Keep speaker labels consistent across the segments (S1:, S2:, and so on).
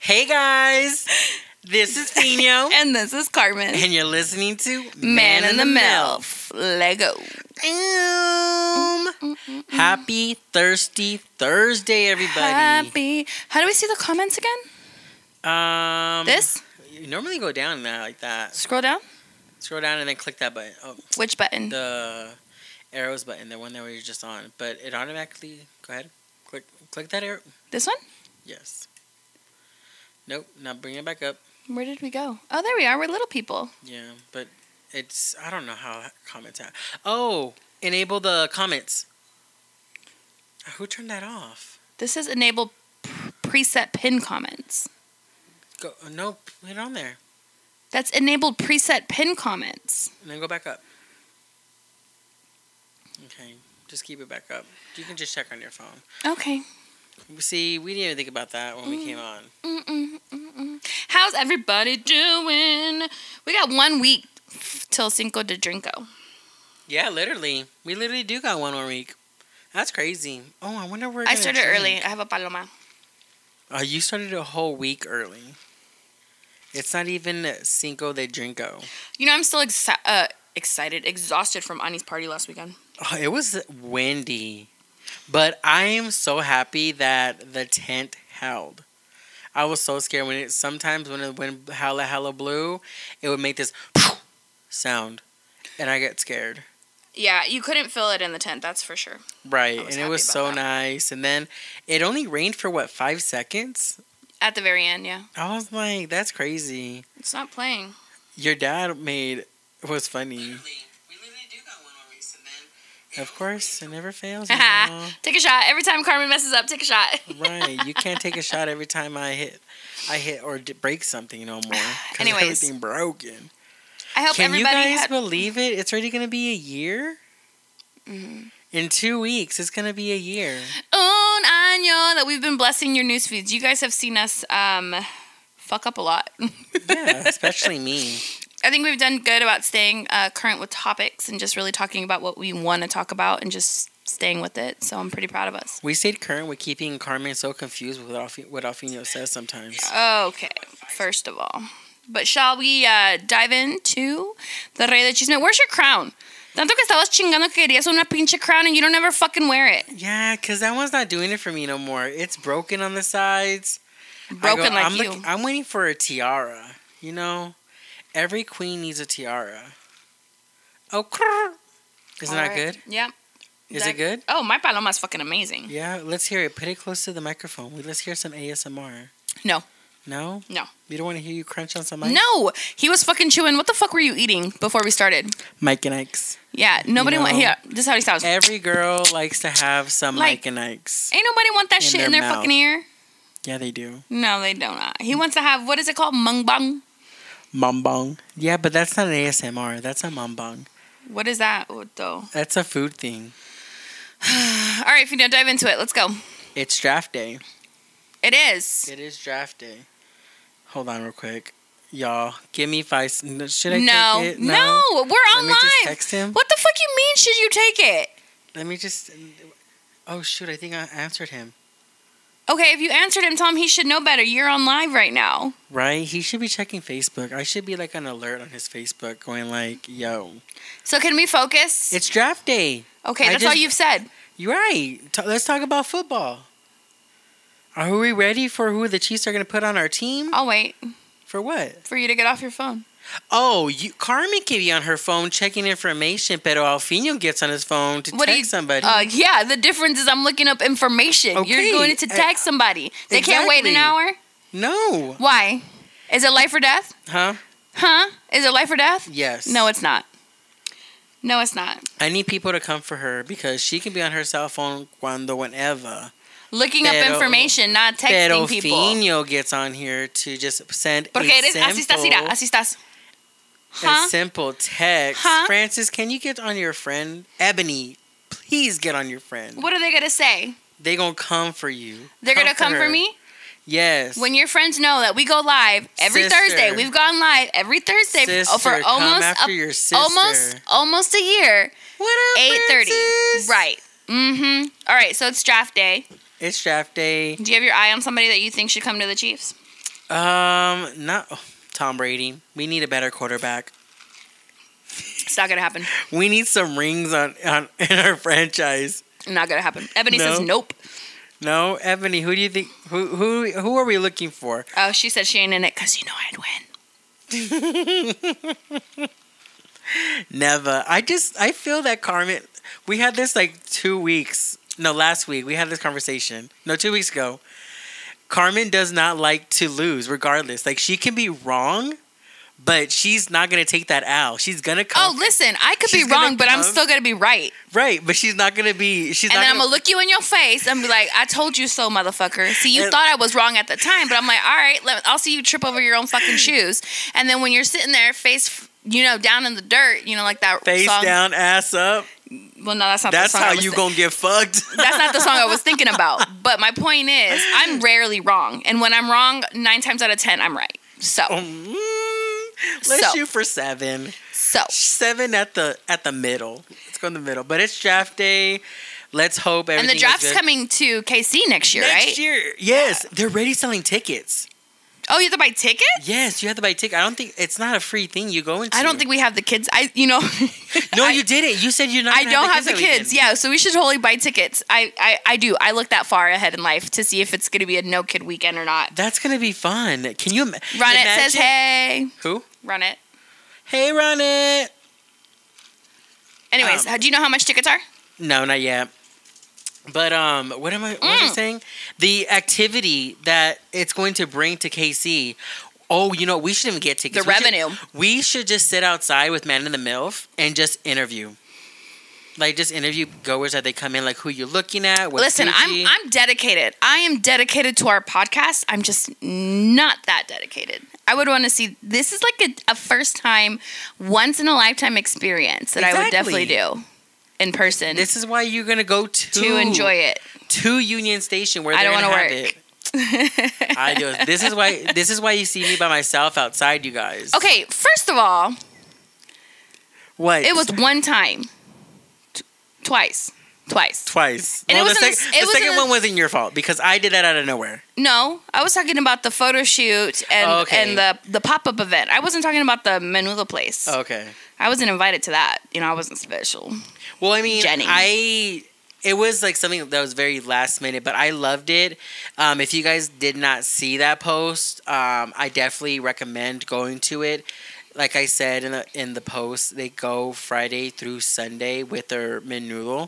S1: Hey guys, this is Pino,
S2: And this is Carmen.
S1: and you're listening to
S2: Man, in
S1: in
S2: the Mouth. Lego.
S1: Mouth. Um, happy Thirsty Thursday, everybody.
S2: Happy. How do we see the comments again?
S1: Um,
S2: This?
S1: You normally go down that like that.
S2: Scroll down.
S1: Scroll down and then click that button. Oh,
S2: Which button?
S1: the arrows button, the one that we were just on. But it automatically. Go ahead. Click. Click that arrow.
S2: this one?
S1: Yes. Nope. Not bring it back up.
S2: Where did we go? Oh, there we are. We're little people.
S1: Yeah, but it's I don't know how comments out. Oh, enable the comments. Who turned that off?
S2: This says enable p- preset pin comments.
S1: Go no, put it on there
S2: That's enabled preset pin comments.
S1: and then go back up. Okay, just keep it back up. You can just check on your phone.
S2: Okay.
S1: See, we didn't even think about that when we
S2: Mm.
S1: came on.
S2: Mm-mm, mm-mm. How's everybody doing? We got one week till Cinco de Drinko.
S1: Yeah, literally, we literally do got one more week. That's crazy. Oh, I wonder where.
S2: I started early. I have a paloma.
S1: Oh, you started a whole week early. It's not even Cinco de Drinko.
S2: You know, I'm still exci- uh, excited, exhausted from Ani's party last weekend.
S1: Oh, it was windy, but I am so happy that the tent held. I was so scared when it sometimes when it when hella hella blew, it would make this sound, and I get scared.
S2: Yeah, you couldn't feel it in the tent, that's for sure.
S1: Right,
S2: I was
S1: and it
S2: happy
S1: was
S2: about
S1: so
S2: that.
S1: nice. And then it only rained for what five seconds.
S2: At the very end, yeah.
S1: I was like, that's crazy.
S2: It's not playing.
S1: Your dad made was funny. Mm-hmm. Of course, it never fails. you know.
S2: take a shot. Every time Carmen messes up, take a shot.
S1: right. You can't take a shot every time I hit, I hit or d- break something no more. 'cause
S2: Anyways.
S1: everything broken.
S2: I hope
S1: Can you
S2: everybody
S1: guys
S2: had-
S1: believe it? It's already gonna be a year.
S2: Mm-hmm.
S1: In two weeks, it's gonna be a year.
S2: Un año that we've been blessing your news feeds. You guys have seen us um, fuck up a lot.
S1: Yeah, especially me.
S2: I think we've done good about staying uh, current with topics and just really talking about what we want to talk about and just staying with it. So I'm pretty proud of us.
S1: We stayed current with keeping Carmen so confused with what Alf- what Alfino says sometimes.
S2: Okay, first of all. But shall we uh, dive into the Rey de Chisme? Where's your crown? Tanto que estabas chingando que querías una pinche crown and you don't ever fucking wear it.
S1: Yeah, cause that one's not doing it for me no more. It's broken on the sides. I go-
S2: Broken like
S1: I'm
S2: you.
S1: look- I'm waiting for a tiara. You know, every queen needs a tiara. Oh, crrr. isn't that
S2: Alright.
S1: good?
S2: Yeah.
S1: Is
S2: That-
S1: it good?
S2: Oh, my paloma's fucking amazing.
S1: Yeah, let's hear it. Put it close to the microphone. We- Let's hear some ASMR.
S2: No.
S1: No?
S2: No.
S1: We don't want to hear you crunch on some mic?
S2: No, he was fucking chewing. What the fuck were you eating before we started?
S1: Mike and Ike's.
S2: Yeah, nobody want.
S1: No.
S2: Yeah, this is how he sounds.
S1: Every girl likes to have some
S2: Like-
S1: Mike and Ike's.
S2: Ain't nobody want
S1: In
S2: that shit
S1: their
S2: in their
S1: mouth.
S2: fucking ear.
S1: Yeah, they do.
S2: No, they don't. He wants to have what is it called? Mungbang.
S1: Mumbong. Yeah, but that's not an ASMR. That's a mumbong.
S2: What is that oh, though?
S1: That's a food thing.
S2: All right, if you don't dive into it, let's go.
S1: It's draft day.
S2: It is.
S1: It is draft day. Hold on, real quick. Y'all, give me five. s- n- Should I
S2: no,
S1: take it?
S2: no, we're on
S1: me just
S2: live.
S1: text him.
S2: What the fuck you mean? Should you take it?
S1: Let me just. Oh, shoot. I think I answered him.
S2: Okay, if you answered him, Tom, he should know better. You're on live right now.
S1: Right? He should be checking Facebook. I should be like an alert on his Facebook going like, yo,
S2: So can we focus?
S1: it's draft day.
S2: okay,
S1: I
S2: that's all
S1: just-
S2: you've said.
S1: You're right. T- let's talk about football. Are we ready for who the Chiefs are going to put on our team?
S2: I'll wait
S1: For what?
S2: for you to get off your phone.
S1: Oh, you, Carmen can be on her phone checking information, pero Alfino gets on his phone to
S2: What do
S1: text
S2: you-
S1: somebody.
S2: Uh, yeah, the difference is I'm looking up information.
S1: Okay,
S2: You're going to
S1: uh,
S2: text somebody. They can't wait an
S1: exactly.
S2: hour.
S1: no.
S2: Why? Is it life or death?
S1: Huh?
S2: Huh? Is it life or death?
S1: Yes.
S2: No, it's not. No, it's not.
S1: I need people to come for her because she can be on her cell phone cuando, whenever.
S2: Looking up
S1: Pero-
S2: information, not texting
S1: Pero
S2: people.
S1: Fino gets on here to just send
S2: Porque
S1: a
S2: eres así estás, mira,
S1: simple-
S2: así estás.
S1: a
S2: Huh?
S1: simple text.
S2: Huh?
S1: Francis, can you get on your friend? Ebony, please get on your friend.
S2: What are they gonna say?
S1: They gonna come for you.
S2: They're gonna come for
S1: her.
S2: me?
S1: Yes.
S2: When your friends know that we go live every
S1: Sister.
S2: Thursday, we've gone live every Thursday f-
S1: Sister,
S2: for
S1: come
S2: almost
S1: after
S2: a-
S1: your sister.
S2: almost almost a year.
S1: what up,
S2: Eight thirty.
S1: Francis?
S2: Right. Mm-hmm. All right, so it's draft day.
S1: It's draft day.
S2: Do you have your eye on somebody that you think should come to the Chiefs?
S1: Um, not oh, Tom Brady. We need a better quarterback.
S2: It's not gonna happen.
S1: We need some rings on, on in our franchise.
S2: Not gonna happen. Ebony
S1: No.
S2: says nope.
S1: No, Ebony. Who do you think? Who who who are we looking for?
S2: Oh, she said she ain't in it because you know I'd win.
S1: Never. I just I feel that Carmen. We had this like two weeks. No, last week we had this conversation. No, two weeks ago. Carmen does not like to lose, regardless. Like she can be wrong, but she's not gonna take that L. She's gonna
S2: Oh,
S1: come
S2: listen, I could
S1: She's
S2: be
S1: gonna
S2: wrong, but I'm
S1: come.
S2: still gonna be right.
S1: right, but she's not gonna be. She's
S2: And
S1: not.
S2: then I'm
S1: gonna,
S2: gonna look you in your face and be like, "I told you so, motherfucker." See, you
S1: And-
S2: thought I was wrong at the time, but I'm like, "All right, let, I'll see you trip over your own fucking shoes." And then when you're sitting there, face, you know, down in the dirt, you know, like that
S1: face
S2: song.
S1: down, ass up.
S2: Well, no, that's not.
S1: That's
S2: the song
S1: how
S2: I was
S1: you
S2: thi-
S1: gonna get fucked.
S2: That's not the song I was thinking about. But my point is, I'm rarely wrong, and when I'm wrong, nine times out of ten, I'm right. So,
S1: Mm, let's
S2: So.
S1: shoot Mm-hmm. for seven.
S2: so
S1: Seven at the at the middle. Let's go in the middle. But it's draft day. Let's hope everything.
S2: and the
S1: is
S2: draft's
S1: good.
S2: coming to KC next year,
S1: next
S2: right?
S1: year. Yes, they're already selling tickets.
S2: Oh, you have to buy tickets.
S1: Yes, you have to buy tickets. I don't think it's not a free thing you go into.
S2: I don't think we have the kids. I, you know,
S1: No,
S2: I-
S1: you did it. You said you're not.
S2: I
S1: gonna
S2: don't have the
S1: that weekend.
S2: kids. Yeah, so we should totally buy tickets. I, I, I do. I look that far ahead in life to see if it's going to be a no kid weekend or not.
S1: That's gonna be fun. Can you? Im-
S2: Run it says
S1: imagine-
S2: hey.
S1: Who?
S2: Run it.
S1: Hey, run it.
S2: Anyways,
S1: Um,
S2: how- do you know how much tickets are?
S1: No, not yet. But um, what am I? What was I
S2: Mm.
S1: saying? The activity that it's going to bring to KC. Oh, you know, we shouldn't even get tickets.
S2: The
S1: We should-
S2: revenue.
S1: we should just sit outside with Man in the MILF and just interview. Like just interview goers that they come in, like who you're looking at. What
S2: Listen,
S1: Fuji-
S2: I'm I'm dedicated. I am dedicated to our podcast. I'm just not that dedicated. I would want to see. This is like a, a first time, once in a lifetime experience that I would
S1: Exactly.
S2: definitely do in person
S1: This is why you're gonna go to
S2: to enjoy it.
S1: to Union Station where
S2: I
S1: they're
S2: don't
S1: gonna
S2: wanna
S1: have
S2: work.
S1: it. I do. This is why. This is why you see me by myself outside, you guys.
S2: Okay, first of all,
S1: What?
S2: It was one time, T- twice, twice.
S1: twice.
S2: And it
S1: well, the,
S2: was in a-
S1: sec-
S2: it
S1: the
S2: was in
S1: second
S2: a-
S1: one wasn't your fault because I did that out of nowhere.
S2: No, I was talking about the photo shoot and
S1: Oh, okay.
S2: and the the pop up event. I wasn't talking about the Manula place.
S1: Okay.
S2: I wasn't invited to that. You know, I wasn't special.
S1: Well, I mean,
S2: Jenny.
S1: I it was like something that was very last minute, but I loved it. Um, if you guys did not see that post, um, I definitely recommend going to it. Like I said in the in the post, they go Friday through Sunday with their menu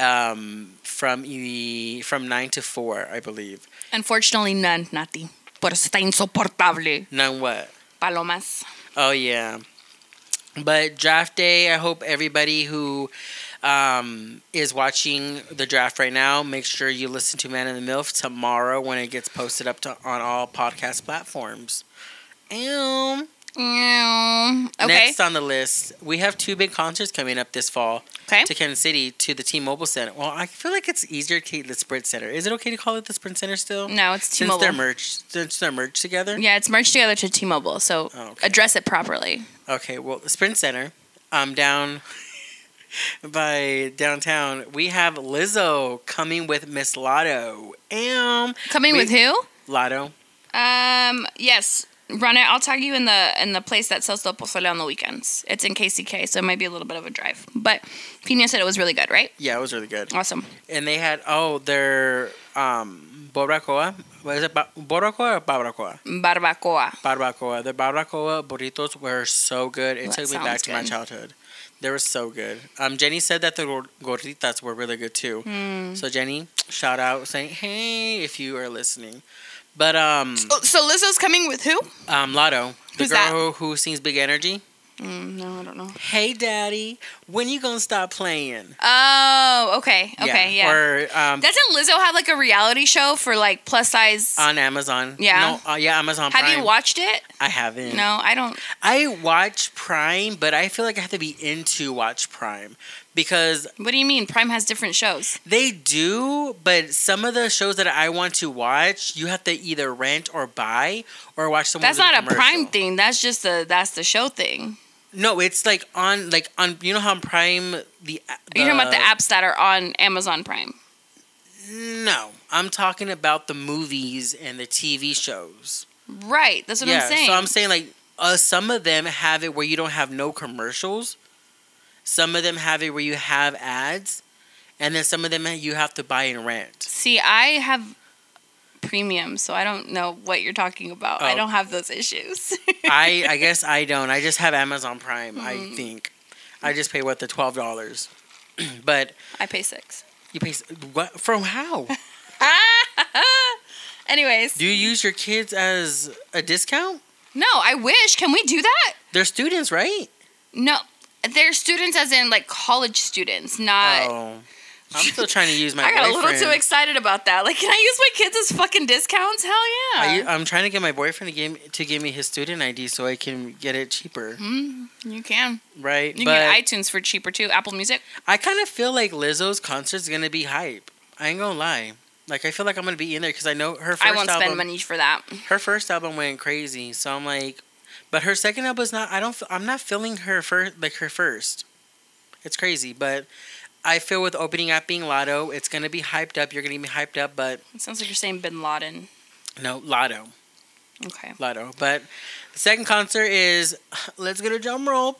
S1: um, from e- from nine to four, I believe.
S2: Unfortunately, none, nothing. Por está insoportable.
S1: None what?
S2: Palomas.
S1: Oh yeah. But draft day, I hope everybody who um, is watching the draft right now, make sure you listen to Man in the MILF tomorrow when it gets posted up to, on all podcast platforms. Um,
S2: Mm, Okay.
S1: Next on the list, we have two big concerts coming up this fall
S2: Okay.
S1: to Kansas City to the T-Mobile Center. Well, I feel like it's easier to the Sprint Center. Is it okay to call it the Sprint Center still?
S2: No, it's
S1: Since they're
S2: Mm, T-Mobile.
S1: merged, since they're merged together.
S2: yeah, it's merged together to T-Mobile. So
S1: Oh, okay.
S2: address it properly.
S1: Okay, well, the Sprint Center, um, down by downtown, we have Lizzo coming with Miss Lotto. Am
S2: Coming
S1: We-
S2: with who?
S1: Lotto?
S2: Um. Yes. Run it. I'll tag you in the in the place that sells the pozole on the weekends. It's in KCK, so it might be a little bit of a drive. But Pina said it was really good, right?
S1: Yeah, it was really good.
S2: Awesome.
S1: And they had oh their um barbacoa. What is it? Ba- barbacoa or barbacoa?
S2: Barbacoa.
S1: Barbacoa. The barbacoa burritos were so good. It
S2: That
S1: took me back
S2: sounds
S1: to my
S2: good.
S1: childhood. They were so good. Um, Jenny said that the gor- gorditas were really good too.
S2: Mm-hmm. Hmm.
S1: So Jenny, shout out saying hey if you are listening. But um.
S2: Oh, so Lizzo's coming with who?
S1: Um, Lotto, the
S2: Who's
S1: girl
S2: that?
S1: Who, who sings Big Energy.
S2: Mm, no, I don't know.
S1: Hey, Daddy, when you gonna stop playing?
S2: Oh, okay, okay, yeah.
S1: Or um,
S2: Doesn't Lizzo have like a reality show for like plus size?
S1: on Amazon.
S2: Yeah.
S1: No, uh, yeah, Amazon.
S2: have you
S1: Prime.
S2: watched it?
S1: I haven't.
S2: No, I don't.
S1: I watch Prime, but I feel like I have to be into watch Prime because
S2: What do you mean? Prime has different shows.
S1: they do. But some of the shows that I want to watch, you have to either rent or buy or watch someone.
S2: That's not a Prime thing. That's just the that's the show thing.
S1: No, it's like on like on. You know how on Prime the.
S2: You're talking about the apps that are on Amazon Prime.
S1: No, I'm talking about the movies and the TV shows.
S2: Right. That's what I'm saying.
S1: So I'm saying like uh, some of them have it where you don't have no commercials. Some of them have it where you have ads, and then some of them you have to buy and rent.
S2: See, I have premium, so I don't know what you're talking about. I
S1: Oh.
S2: don't have those issues.
S1: I I guess I don't. I just have Amazon Prime.
S2: Mm-hmm.
S1: I think I just pay what the twelve dollars, but
S2: I pay six.
S1: you pay s- what from how
S2: Anyways,
S1: do you use your kids as a discount?
S2: no, I wish. Can we do that?
S1: They're students, right?
S2: No, they're students, as in like college students, not.
S1: oh, I'm still trying to use my.
S2: I got a
S1: boyfriend.
S2: little too excited about that. Like, can I use my kids as fucking discounts? Hell
S1: I,
S2: yeah.
S1: am trying to get my boyfriend to give, to give me his student ID so I can get it cheaper,
S2: mm, you can.
S1: right?
S2: You
S1: but
S2: can get iTunes for cheaper too. Apple Music.
S1: I kind of feel like Lizzo's concert's gonna be hype. I ain't gonna lie. Like I feel like I'm gonna be in there because I know her first
S2: I won't
S1: album.
S2: spend money for that.
S1: Her first album went crazy, so I'm like, but her second album's not. I don't. f- I'm not feeling her first like her first. It's crazy, but I feel with opening up being Lotto, it's gonna be hyped up. You're gonna be hyped up, but
S2: It sounds like you're saying Bin Laden.
S1: no Lotto,
S2: Okay.
S1: Lotto. But the second concert is let's get a drum roll.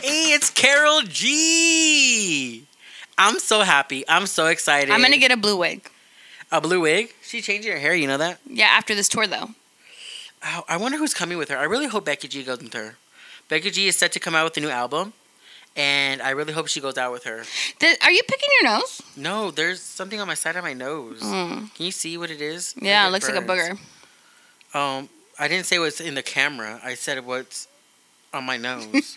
S1: Hey, it's Carol G. I'm so happy. I'm so excited.
S2: I'm gonna get a blue wig.
S1: a blue wig. She changing her hair. You know that.
S2: Yeah, after this tour though.
S1: Oh, I wonder who's coming with her. I really hope Becky G goes with her. Becky G is set to come out with a new album, and I really hope she goes out with her.
S2: Th- are you picking your nose?
S1: No, there's something on my side of my nose.
S2: Mm.
S1: Can you see what it is?
S2: Yeah,
S1: Maybe
S2: it looks like a
S1: burns.
S2: booger.
S1: Um, I didn't say what's in the camera. I said what's on my nose.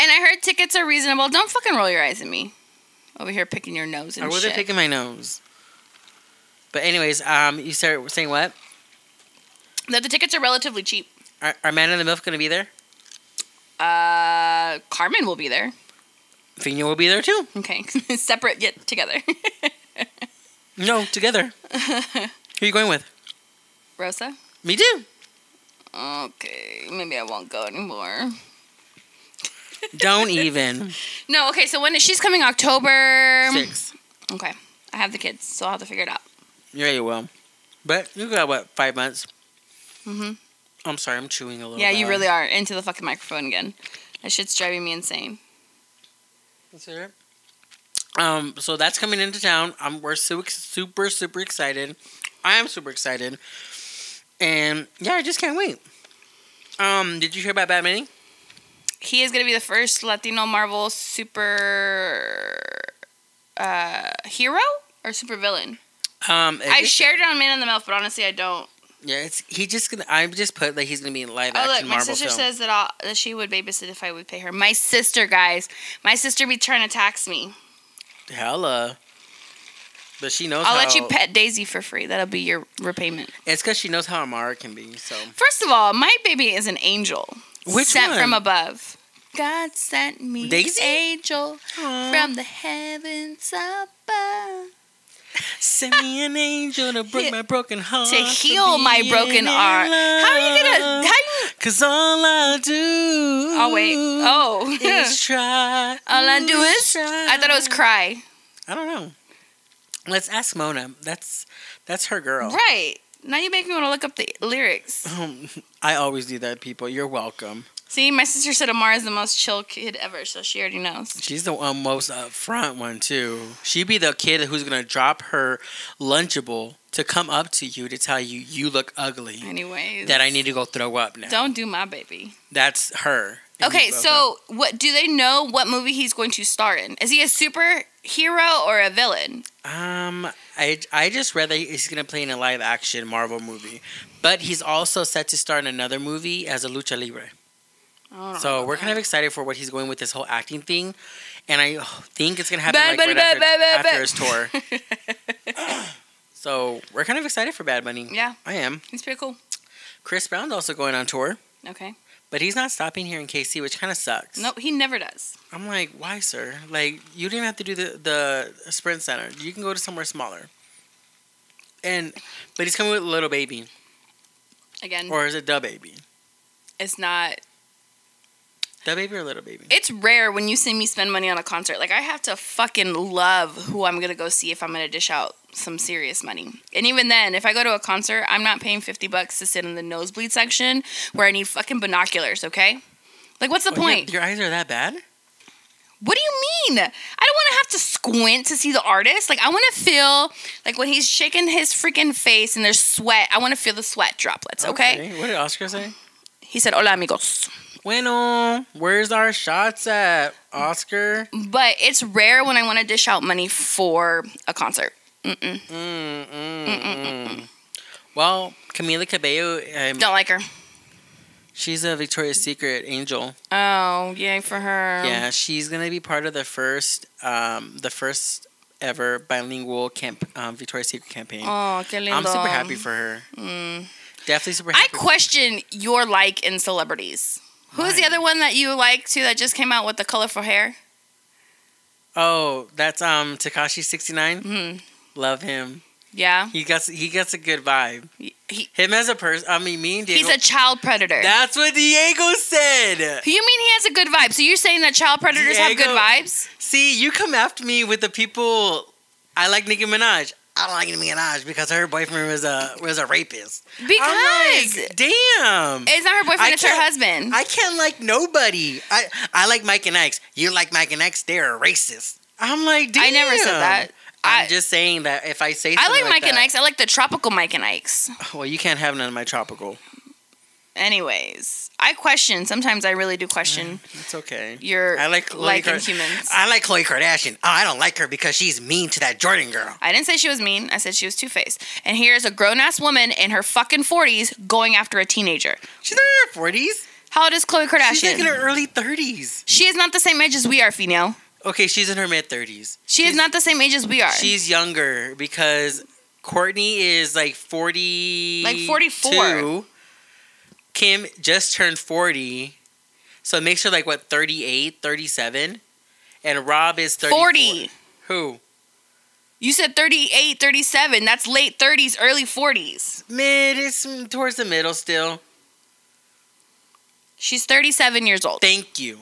S2: And I heard tickets are reasonable. Don't fucking roll your eyes at me. Over here picking your nose
S1: I
S2: and
S1: wasn't
S2: shit.
S1: picking my nose. But anyways, um, you started saying what?
S2: that the tickets are relatively cheap.
S1: Are, are Man in the Milf gonna be there?
S2: Uh, Carmen will be there.
S1: Fina will be there too.
S2: Okay, separate yet together.
S1: No, together. Who you going with?
S2: Rosa.
S1: Me too.
S2: Okay, maybe I won't go anymore.
S1: Don't even.
S2: No, okay. So when she's coming October.
S1: Six.
S2: Okay, I have the kids, so I'll have to figure it out.
S1: Yeah, you will. But you got what five months?
S2: hmm
S1: I'm sorry, I'm chewing a little.
S2: Yeah, you
S1: loud.
S2: really are into the fucking microphone again. That shit's driving me insane.
S1: Is there- Um, so that's coming into town. Um, we're super, super, super excited. I am super excited, and yeah, I just can't wait. Um, did you hear about Batman?
S2: He is gonna be the first Latino Marvel super uh, hero or super villain.
S1: Um, it
S2: I
S1: just-
S2: shared it on Man in the Mouth, but honestly, I don't.
S1: yeah, it's he just gonna. I just put like he's gonna be in live
S2: Oh
S1: action
S2: look, my
S1: Marvel
S2: sister
S1: film.
S2: says that I'll, that she would babysit if I would pay her. My sister, guys, my sister be trying to tax me.
S1: Hella. But she knows.
S2: I'll let
S1: how-
S2: you pet Daisy for free. That'll be your repayment.
S1: It's because she knows how Amara can be. So
S2: First of all, my baby is an angel
S1: Which
S2: sent
S1: one?
S2: from above. God sent me
S1: Daisy?
S2: an angel
S1: Aw.
S2: from the heavens above.
S1: Send me an angel to break my broken heart.
S2: to heal my broken heart. How are you gonna? How you?
S1: Cause all I do.
S2: Oh wait. Oh.
S1: Is try.
S2: All I do is. I thought it was cry.
S1: I don't know. Let's ask Mona. That's that's her girl.
S2: Right. Now you make me want to look up the lyrics.
S1: Um, I always do that, people. You're welcome.
S2: See, my sister said Amara is the most chill kid ever, so she already knows.
S1: She's the one most upfront one too. She be the kid who's gonna drop her lunchable to come up to you to tell you you look ugly.
S2: Anyways.
S1: That I need to go throw up now.
S2: Don't do my baby.
S1: That's her. And
S2: Okay,
S1: you broke up.
S2: so what do they know? What movie he's going to star in? Is he a superhero or a villain?
S1: Um, I I just read that he's gonna play in a live action Marvel movie, but he's also set to star in another movie as a lucha libre.
S2: I don't know
S1: So
S2: about
S1: we're kind
S2: that.
S1: of excited for what he's going with this whole acting thing, and I think it's gonna happen
S2: Bad
S1: like,
S2: Bunny,
S1: right
S2: bad,
S1: after,
S2: bad, bad,
S1: after
S2: bad.
S1: his tour. so we're kind of excited for Bad Bunny.
S2: Yeah,
S1: I am.
S2: he's pretty cool.
S1: Chris Brown's also going on tour,
S2: Okay.
S1: but he's not stopping here in KC, which kind of sucks.
S2: Nope, he never does.
S1: I'm like, why, sir? Like, you didn't have to do the the Sprint Center. You can go to somewhere smaller. And, but he's coming with Little Baby,
S2: Again,
S1: or is it Da Baby?
S2: it's not.
S1: That baby or little baby?
S2: It's rare when you see me spend money on a concert. Like I have to fucking love who I'm gonna go see if I'm gonna dish out some serious money. And even then, if I go to a concert, I'm not paying fifty bucks to sit in the nosebleed section where I need fucking binoculars. Okay, like what's the
S1: Oh, your-
S2: point?
S1: Your, eyes are that bad?
S2: What do you mean? I don't want to have to squint to see the artist. Like I want to feel like when he's shaking his freaking face and there's sweat. I want to feel the sweat droplets. okay.
S1: What did Oscar say?
S2: He said, "Hola amigos."
S1: Bueno, where's our shots at Oscar?
S2: But it's rare when I want to dish out money for a concert. Mm-mm.
S1: Mm, mm, mm. Well, Camila Cabello, um,
S2: Don't like her.
S1: she's a Victoria's Secret angel.
S2: Oh, yay for her.
S1: Yeah, she's gonna be part of the first, um, the first ever bilingual camp, um, Victoria's Secret campaign.
S2: Oh, que lindo.
S1: I'm super happy for her.
S2: Mm.
S1: Definitely super
S2: I
S1: happy.
S2: question your like in celebrities. Who's the
S1: Mine.
S2: other one that you like too that just came out with the colorful hair?
S1: oh, that's um Takashi 69.
S2: Mm.
S1: Love him.
S2: Yeah.
S1: He gets he gets a good vibe.
S2: He, he-
S1: Him as a person. I mean, me and Diego.
S2: he's a child predator.
S1: that's what Diego said.
S2: you mean he has a good vibe? So you're saying that child predators have good
S1: Diego-
S2: vibes?
S1: See, you come after me with the people. I like Nicki Minaj. I don't like Nicki Minaj because her boyfriend was a was a rapist. I'm
S2: Because
S1: like, damn,
S2: it's not her boyfriend,
S1: I
S2: it's her
S1: can't-
S2: husband.
S1: I can't like nobody. I I like Mike and X. You like Mike and X? They're a racist. I'm like, damn.
S2: I never said that.
S1: I'm
S2: I-
S1: just saying that if I say
S2: I
S1: something
S2: like Mike and
S1: that-
S2: Ike's. I like the tropical Mike and Ike's.
S1: Well, you can't have none of my tropical.
S2: Anyways, I question. Sometimes I really do question
S1: It's okay.
S2: your
S1: Mm. I like Khloe
S2: like in
S1: Kar-
S2: humans.
S1: I like Khloe Kardashian. Oh, I don't like her because she's mean to that Jordan girl.
S2: I didn't say she was mean. I said she was two faced. And here is a grown ass woman in her fucking forties going after a teenager.
S1: She's not in her forties.
S2: How old is Khloe
S1: She's like in
S2: Kardashian?
S1: her early thirties.
S2: She is not the same age as we are, Fino.
S1: Okay, she's in her mid thirties.
S2: She is not the same age as we are.
S1: She's younger because Courtney is like forty,
S2: Like 44.
S1: Kim just turned forty, so it makes her like what 38, 37? and Rob is 34.
S2: forty.
S1: Who
S2: You said 38, 37. That's late thirties, early forties.
S1: mid is towards the middle still.
S2: She's thirty-seven years old,
S1: Thank you.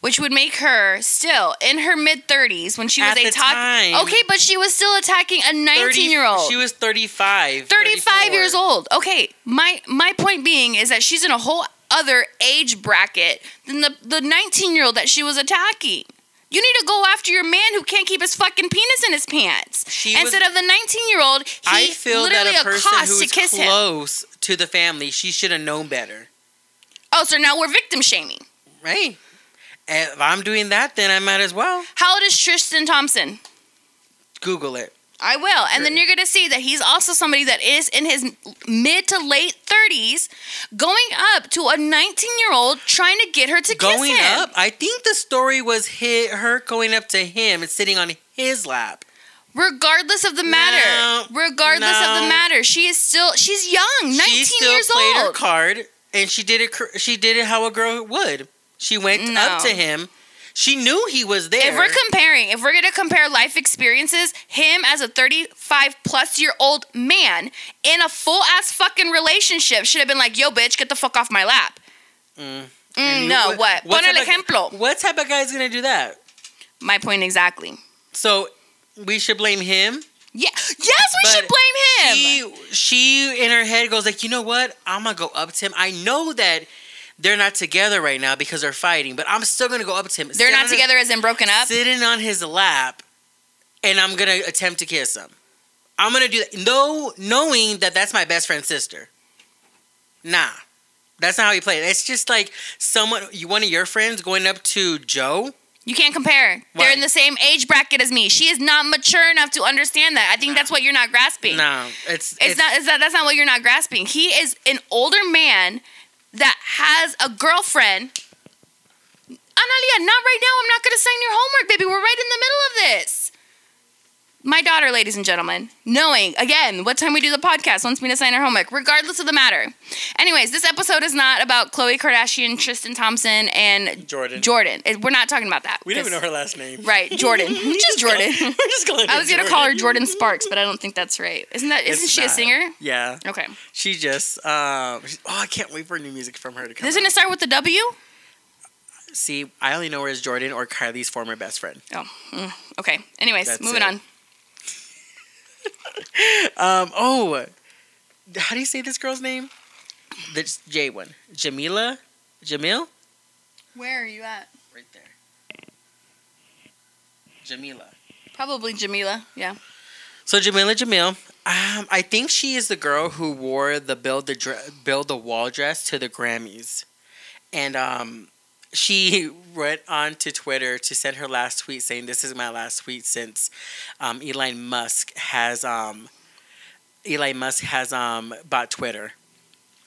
S2: which would make her still in her mid thirties when she was
S1: At
S2: a
S1: the
S2: talk.
S1: time,
S2: okay, but she was still attacking a
S1: 30
S2: nineteen-year-old.
S1: She was 35.
S2: 35 years
S1: 34.
S2: old. Okay, my my point being is that she's in a whole other age bracket than the the 19 year old that she was attacking. You need to go after your man who can't keep his fucking penis in his pants.
S1: She was-
S2: Instead of the 19 year old, he
S1: I feel that
S2: literally
S1: a person
S2: accosts to
S1: who's
S2: kiss him.
S1: close to the family, she should have known better.
S2: Oh, so now we're victim shaming.
S1: Right. If I'm doing that, then I might as well
S2: How old is Tristan Thompson?
S1: Google it.
S2: I will. And then
S1: Sure.
S2: you're going to see that he's also somebody that is in his mid to late 30s going up to a 19 year old trying to get her to kiss
S1: Going
S2: him.
S1: up, I think the story was hi her going up to him and sitting on his lap.
S2: regardless of the matter
S1: No,
S2: regardless of the
S1: no.
S2: matter she is still she's young 19
S1: she still
S2: years
S1: played her
S2: old
S1: card, and she did it. cor- She did it how a girl would. She went up
S2: No.
S1: to him. She knew he was there.
S2: if we're comparing if we're going to compare life experiences him as a 35 plus year old man in a full ass fucking relationship should have been like yo bitch get the fuck off my lap
S1: Mm.
S2: Mm,
S1: And you-
S2: no what, pon el
S1: type of-
S2: ejemplo
S1: What type of guy is gonna do that?
S2: my point exactly
S1: So we should blame him.
S2: yeah yes we
S1: But
S2: should blame him
S1: She, she in her head goes like, you know what? I'm gonna go up to him. I know that they're not together right now because they're fighting, but I'm still gonna go up to him.
S2: they're
S1: sit
S2: not
S1: on
S2: together as in broken
S1: His,
S2: up
S1: Sitting on his lap, and I'm gonna attempt to kiss him. I'm gonna do that, no, knowing that that's my best friend's sister. Nah, that's not how you play it. It's just like someone, you- one of your friends, going up to Joe.
S2: You can't compare. They're
S1: Why?
S2: in the same age bracket as me. She is not mature enough to understand that. I think that's what you're not grasping.
S1: No, it's
S2: It's, not, it's not. That's not what you're not grasping. He is an older man that has a girlfriend. Analia, not right now. I'm not going to sign your homework, baby. We're right in the middle of this. My daughter, ladies and gentlemen, knowing again what time we do the podcast, wants me to sign her homework, regardless of the matter. Anyways, this episode is not about Khloe Kardashian, Tristan Thompson, and
S1: Jordan.
S2: Jordan. It- We're not talking about that.
S1: we don't even
S2: This-
S1: know her last name.
S2: Right, Jordan. Just Jordan.
S1: We're just going.
S2: I was gonna call her Jordan Sparks, but I don't think that's right. Isn't that? Isn't
S1: It's
S2: she a
S1: not.
S2: singer?
S1: Yeah,
S2: Okay.
S1: she just. Um, she- oh, I can't wait for new music from her to come.
S2: Doesn't
S1: out.
S2: it start with the W?
S1: See, I only know her as Jordan or Kylie's former best friend.
S2: Oh, mm, okay. Anyways,
S1: That's it.
S2: moving on.
S1: Um, oh, how do you say this girl's name? This J one, Jamila, Jamil,
S2: Where are you at?
S1: right there. Jamila.
S2: Probably Jamila. Yeah.
S1: So Jamila Jamil, um, I think she is the girl who wore the build the dre- build the wall dress to the Grammys, and um, she went on to Twitter to send her last tweet saying, "This is my last tweet since um, Elon Musk has um, Elon Musk has um, bought Twitter."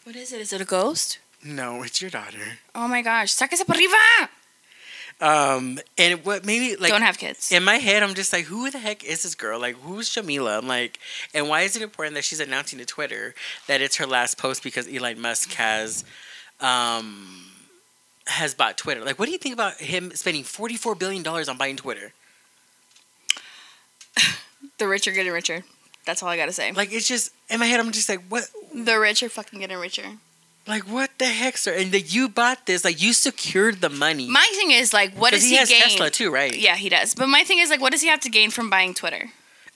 S2: What is it? Is it a ghost?
S1: No, it's your daughter.
S2: Oh my gosh. Sáquese para arriba!
S1: Um, and what maybe like
S2: Don't have kids.
S1: in my head, I'm just like, who the heck is this girl? Like, who's Jamila? I'm like, and why is it important that she's announcing to Twitter that it's her last post because Elon Musk has, um, has bought Twitter? Like, what do you think about him spending forty four billion dollars on buying Twitter?
S2: The rich are getting richer. That's all I gotta say.
S1: Like, it's just in my head, I'm just like, what?
S2: The rich are fucking getting richer.
S1: Like, what the heck, sir? And that you bought this, like, you secured the money.
S2: My thing is like, what
S1: 'Cause
S2: does he,
S1: he has
S2: gain?
S1: Tesla too, right?
S2: Yeah, he does. But my thing is like, what does he have to gain from buying Twitter?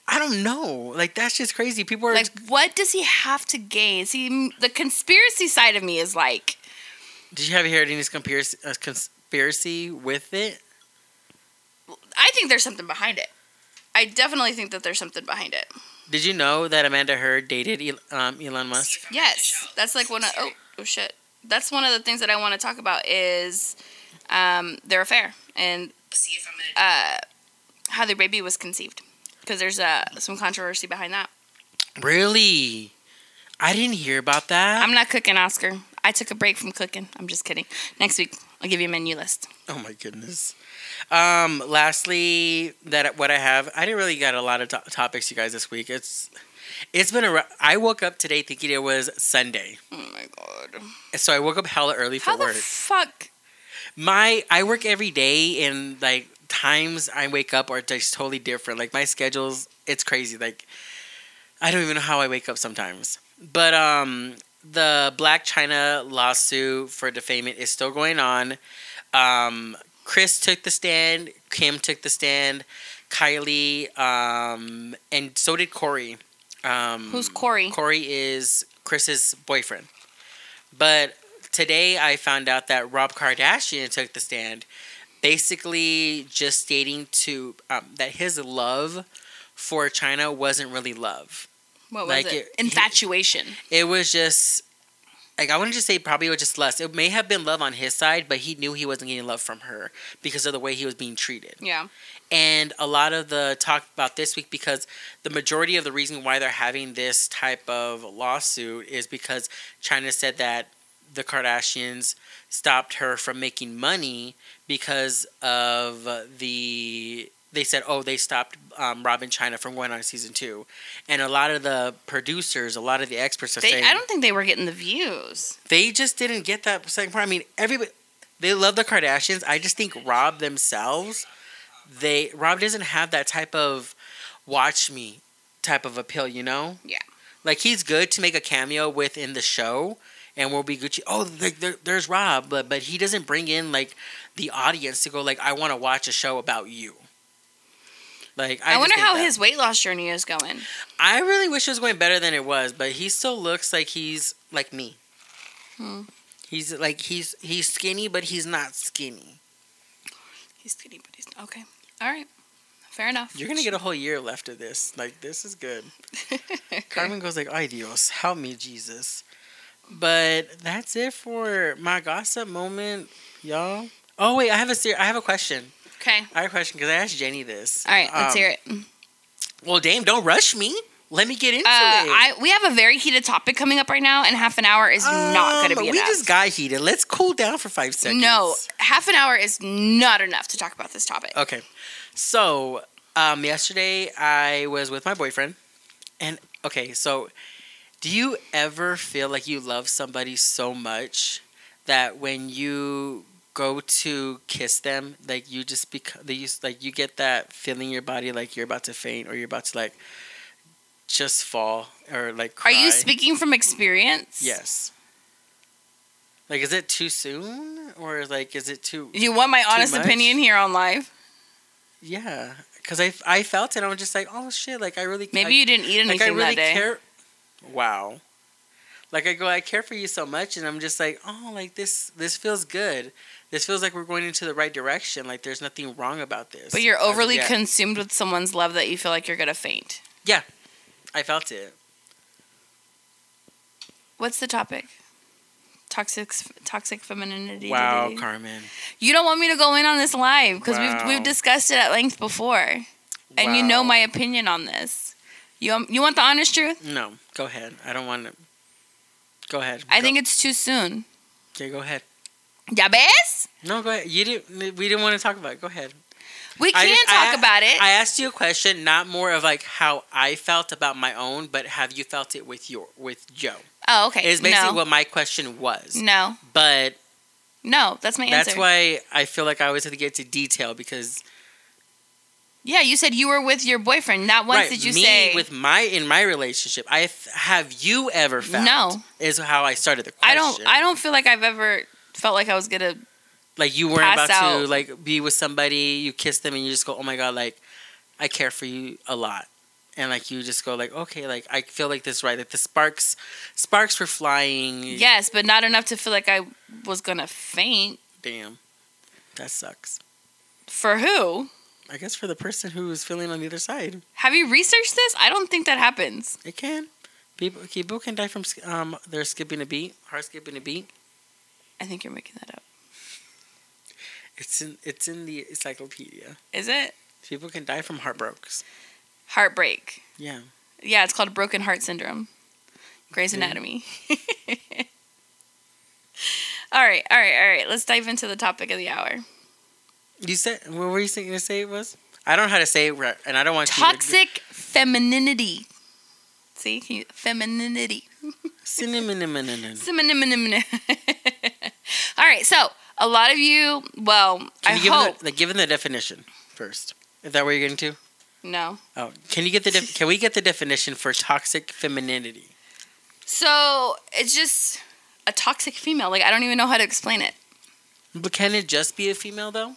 S1: I don't know. Like, that's just crazy. People are
S2: Like, what does he have to gain? See, m- the conspiracy side of me is like,
S1: Did you have heard any conspiracy, uh, conspiracy with it?
S2: I think there's something behind it. I definitely think that there's something behind it.
S1: Did you know that Amanda Heard dated El- um, Elon Musk?
S2: Yes, that's like one of oh, oh shit. That's one of the things that I want to talk about is um, their affair and uh, how their baby was conceived because there's uh, some controversy behind that.
S1: Really? I didn't hear about that.
S2: I'm not cooking, Oscar. I took a break from cooking. I'm just kidding. Next week, I'll give you a menu list.
S1: oh my goodness. Um, lastly, that what I have, I didn't really got a lot of to- topics, you guys, this week. It's it's been a. ru- I woke up today thinking it was Sunday,
S2: Oh my god.
S1: so I woke up hella early for
S2: How the
S1: work.
S2: fuck?
S1: my I work every day and like times I wake up are just totally different. Like my schedules, it's crazy. Like I don't even know how I wake up sometimes. But um the Black China lawsuit for defamation is still going on. Um Chris took the stand, Kim took the stand, Kylie, um, and so did Corey. Um,
S2: Who's Corey?
S1: Corey is Chris's boyfriend. But today I found out that Rob Kardashian took the stand, basically just stating to um, that his love for China wasn't really love.
S2: What was
S1: Like
S2: it?
S1: it-
S2: Infatuation.
S1: It was just like I want to just say probably it was just lust. It may have been love on his side, but he knew he wasn't getting love from her because of the way he was being treated
S2: yeah.
S1: and a lot of the talk about this week because the majority of the reason why they're having this type of lawsuit is because China said that the Kardashians stopped her from making money because of the they said oh they stopped um, Robin China from going on season two, and a lot of the producers, a lot of the experts are
S2: They,
S1: saying
S2: I don't think they were getting the views.
S1: they just didn't get that second part. I mean, everybody they love the Kardashians. I just think Rob themselves, they Rob doesn't have that type of watch me type of appeal, you know?
S2: Yeah.
S1: Like he's good to make a cameo within the show and we'll be Gucci. Oh, there, there, there's Rob, but but he doesn't bring in like the audience to go like I want to watch a show about you. Like I,
S2: I,
S1: just
S2: wonder
S1: think
S2: how
S1: that-
S2: his weight loss journey is going.
S1: I really wish it was going better than it was, but he still looks like he's like me.
S2: Hmm.
S1: He's like he's he's skinny, but he's not skinny.
S2: He's kidding, but he's okay. All right. Fair enough.
S1: You're gonna get a whole year left of this. Like this is good. Carmen goes like, "Ay Dios, help me, Jesus." But that's it for my gossip moment, y'all. Oh wait, I have a ser- I have a question.
S2: okay.
S1: I have a question because I asked Jenny this.
S2: All right. Let's
S1: Um,
S2: hear it. Uh,
S1: Well, damn, don't rush me. Let me get into it.
S2: I we have a very heated topic coming up right now, and half an hour is not going to
S1: Um,
S2: be
S1: We
S2: enough.
S1: just got heated. Let's cool down for five seconds.
S2: no, half an hour is not enough to talk about this topic.
S1: Okay. So, um, yesterday I was with my boyfriend, and okay, so do you ever feel like you love somebody so much that when you go to kiss them, like you just become, you, s- like you get that feeling in your body, like you're about to faint or you're about to like just fall or like
S2: Are
S1: cry?
S2: you speaking from experience?
S1: Yes. Like, is it too soon? or like is it too?
S2: You want my honest
S1: much?
S2: opinion here on live?
S1: Yeah, because I I felt it. I was just like, oh shit! Like I really I,
S2: Maybe you didn't eat anything
S1: like I really
S2: that day.
S1: care. Wow. Like I go, I care for you so much, and I'm just like, oh, like this this feels good. This feels like we're going into the right direction. Like there's nothing wrong about this.
S2: But you're
S1: As of
S2: overly
S1: yet.
S2: consumed with someone's love that you feel like you're gonna faint.
S1: I felt it.
S2: What's the topic? Toxic, toxic femininity.
S1: Wow,
S2: DDD.
S1: Carmen.
S2: You don't want me to go in on this live because
S1: Wow.
S2: we've we've discussed it at length before, and you know
S1: Wow.
S2: my opinion on this. You you want the honest truth?
S1: No, go ahead. I don't want to. Go ahead.
S2: I think it's too soon.
S1: it's okay. Go ahead.
S2: Ya ves?
S1: No, go ahead. You didn't. We didn't want to talk about it. Go ahead.
S2: We
S1: I
S2: can
S1: just- I-
S2: talk about it.
S1: I asked you a question, not more of like how I felt about my own, but have you felt it with your with Joe?
S2: oh, okay.
S1: Is basically
S2: no.
S1: what my question was.
S2: no,
S1: But
S2: no, that's my answer.
S1: that's why I feel like I always have to get to detail because
S2: yeah, you said you were with your boyfriend. Not once
S1: right,
S2: did you
S1: me
S2: say
S1: with my in my relationship. I f- have you ever felt?
S2: No.
S1: is how I started the
S2: I
S1: question.
S2: don't. I don't feel like I've ever felt like I was gonna.
S1: like you weren't
S2: pass
S1: about to
S2: out.
S1: like be with somebody. You kiss them and you just go, oh my god, like I care for you a lot. And like you just go like okay like I feel like this right like the sparks sparks were flying
S2: Yes, but not enough to feel like I was gonna faint.
S1: Damn. That sucks.
S2: For who?
S1: I guess for the person who is feeling on the other side,
S2: Have you researched this? I don't think that happens.
S1: it can. People, people can die from sk- um, they're skipping a beat, heart skipping a beat.
S2: I think you're making that up.
S1: It's in it's in the encyclopedia.
S2: Is it
S1: People can die from heartbreaks.
S2: heartbreak?
S1: Yeah,
S2: Yeah, it's called broken heart syndrome. Grey's
S1: Okay.
S2: Anatomy. all right, all right, all right. Let's dive into the topic of the hour.
S1: you said what were you saying to say it was? I don't know how to say it, right, and I don't want You
S2: Toxic femininity. See, Can you- femininity.
S1: to, Cinnamon-a-min-a-min.
S2: Cinnamon. All right, so a lot of you, well,
S1: Can
S2: I
S1: you give
S2: hope
S1: the, like, give them the definition first? Is that what you're getting to?
S2: no.
S1: Oh, can you get the def- can we get the definition for toxic femininity?
S2: So it's just a toxic female. Like I don't even know how to explain it.
S1: But can it just be a female though?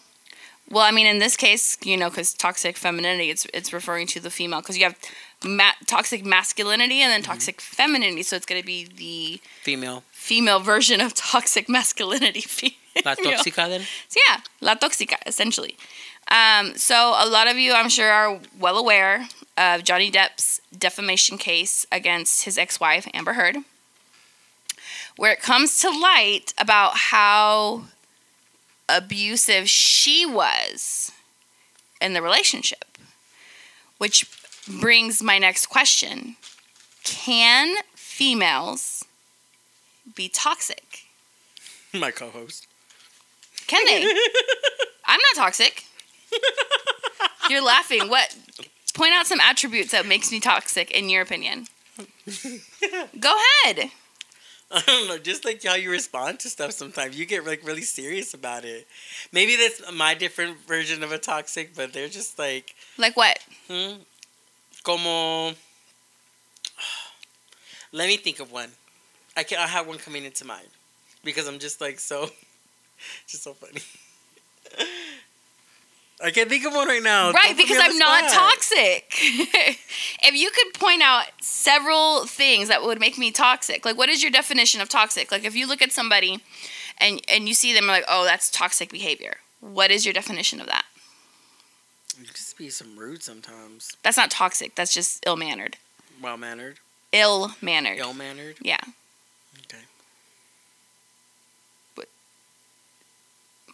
S2: Well, I mean, in this case, you know, because toxic femininity, it's it's referring to the female because you have ma- toxic masculinity and then toxic femininity. So it's gonna be the
S1: Female,
S2: female version of toxic masculinity.
S1: la
S2: female.
S1: toxica then.
S2: So yeah, la toxica, essentially. Um, so a lot of you, I'm sure, are well aware of Johnny Depp's defamation case against his ex-wife Amber Heard, where it comes to light about how abusive she was in the relationship, which brings my next question: Can females be toxic?
S1: My co-host.
S2: Can they? I'm not toxic. You're laughing. What? Point out some attributes that makes me toxic in your opinion. Go ahead.
S1: I don't know, just like how you respond to stuff sometimes. You get like really serious about it. Maybe that's my different version of a toxic, but they're just like,
S2: Like what?
S1: hmm, como. Let me think of one. I can. I have one coming into mind because I'm just like so, just so funny. I can't think of one right now. Oh, Don't
S2: right,
S1: put me
S2: because
S1: on the
S2: I'm not
S1: spot.
S2: toxic. if you could point out several things that would make me toxic, like what is your definition of toxic? Like if you look at somebody and and you see them like, "Oh, that's toxic behavior." What is your definition of that?
S1: You just be some rude sometimes.
S2: That's not toxic. That's just ill-mannered.
S1: Well mannered,
S2: Ill-mannered.
S1: ill mannered.
S2: Yeah.
S1: Okay.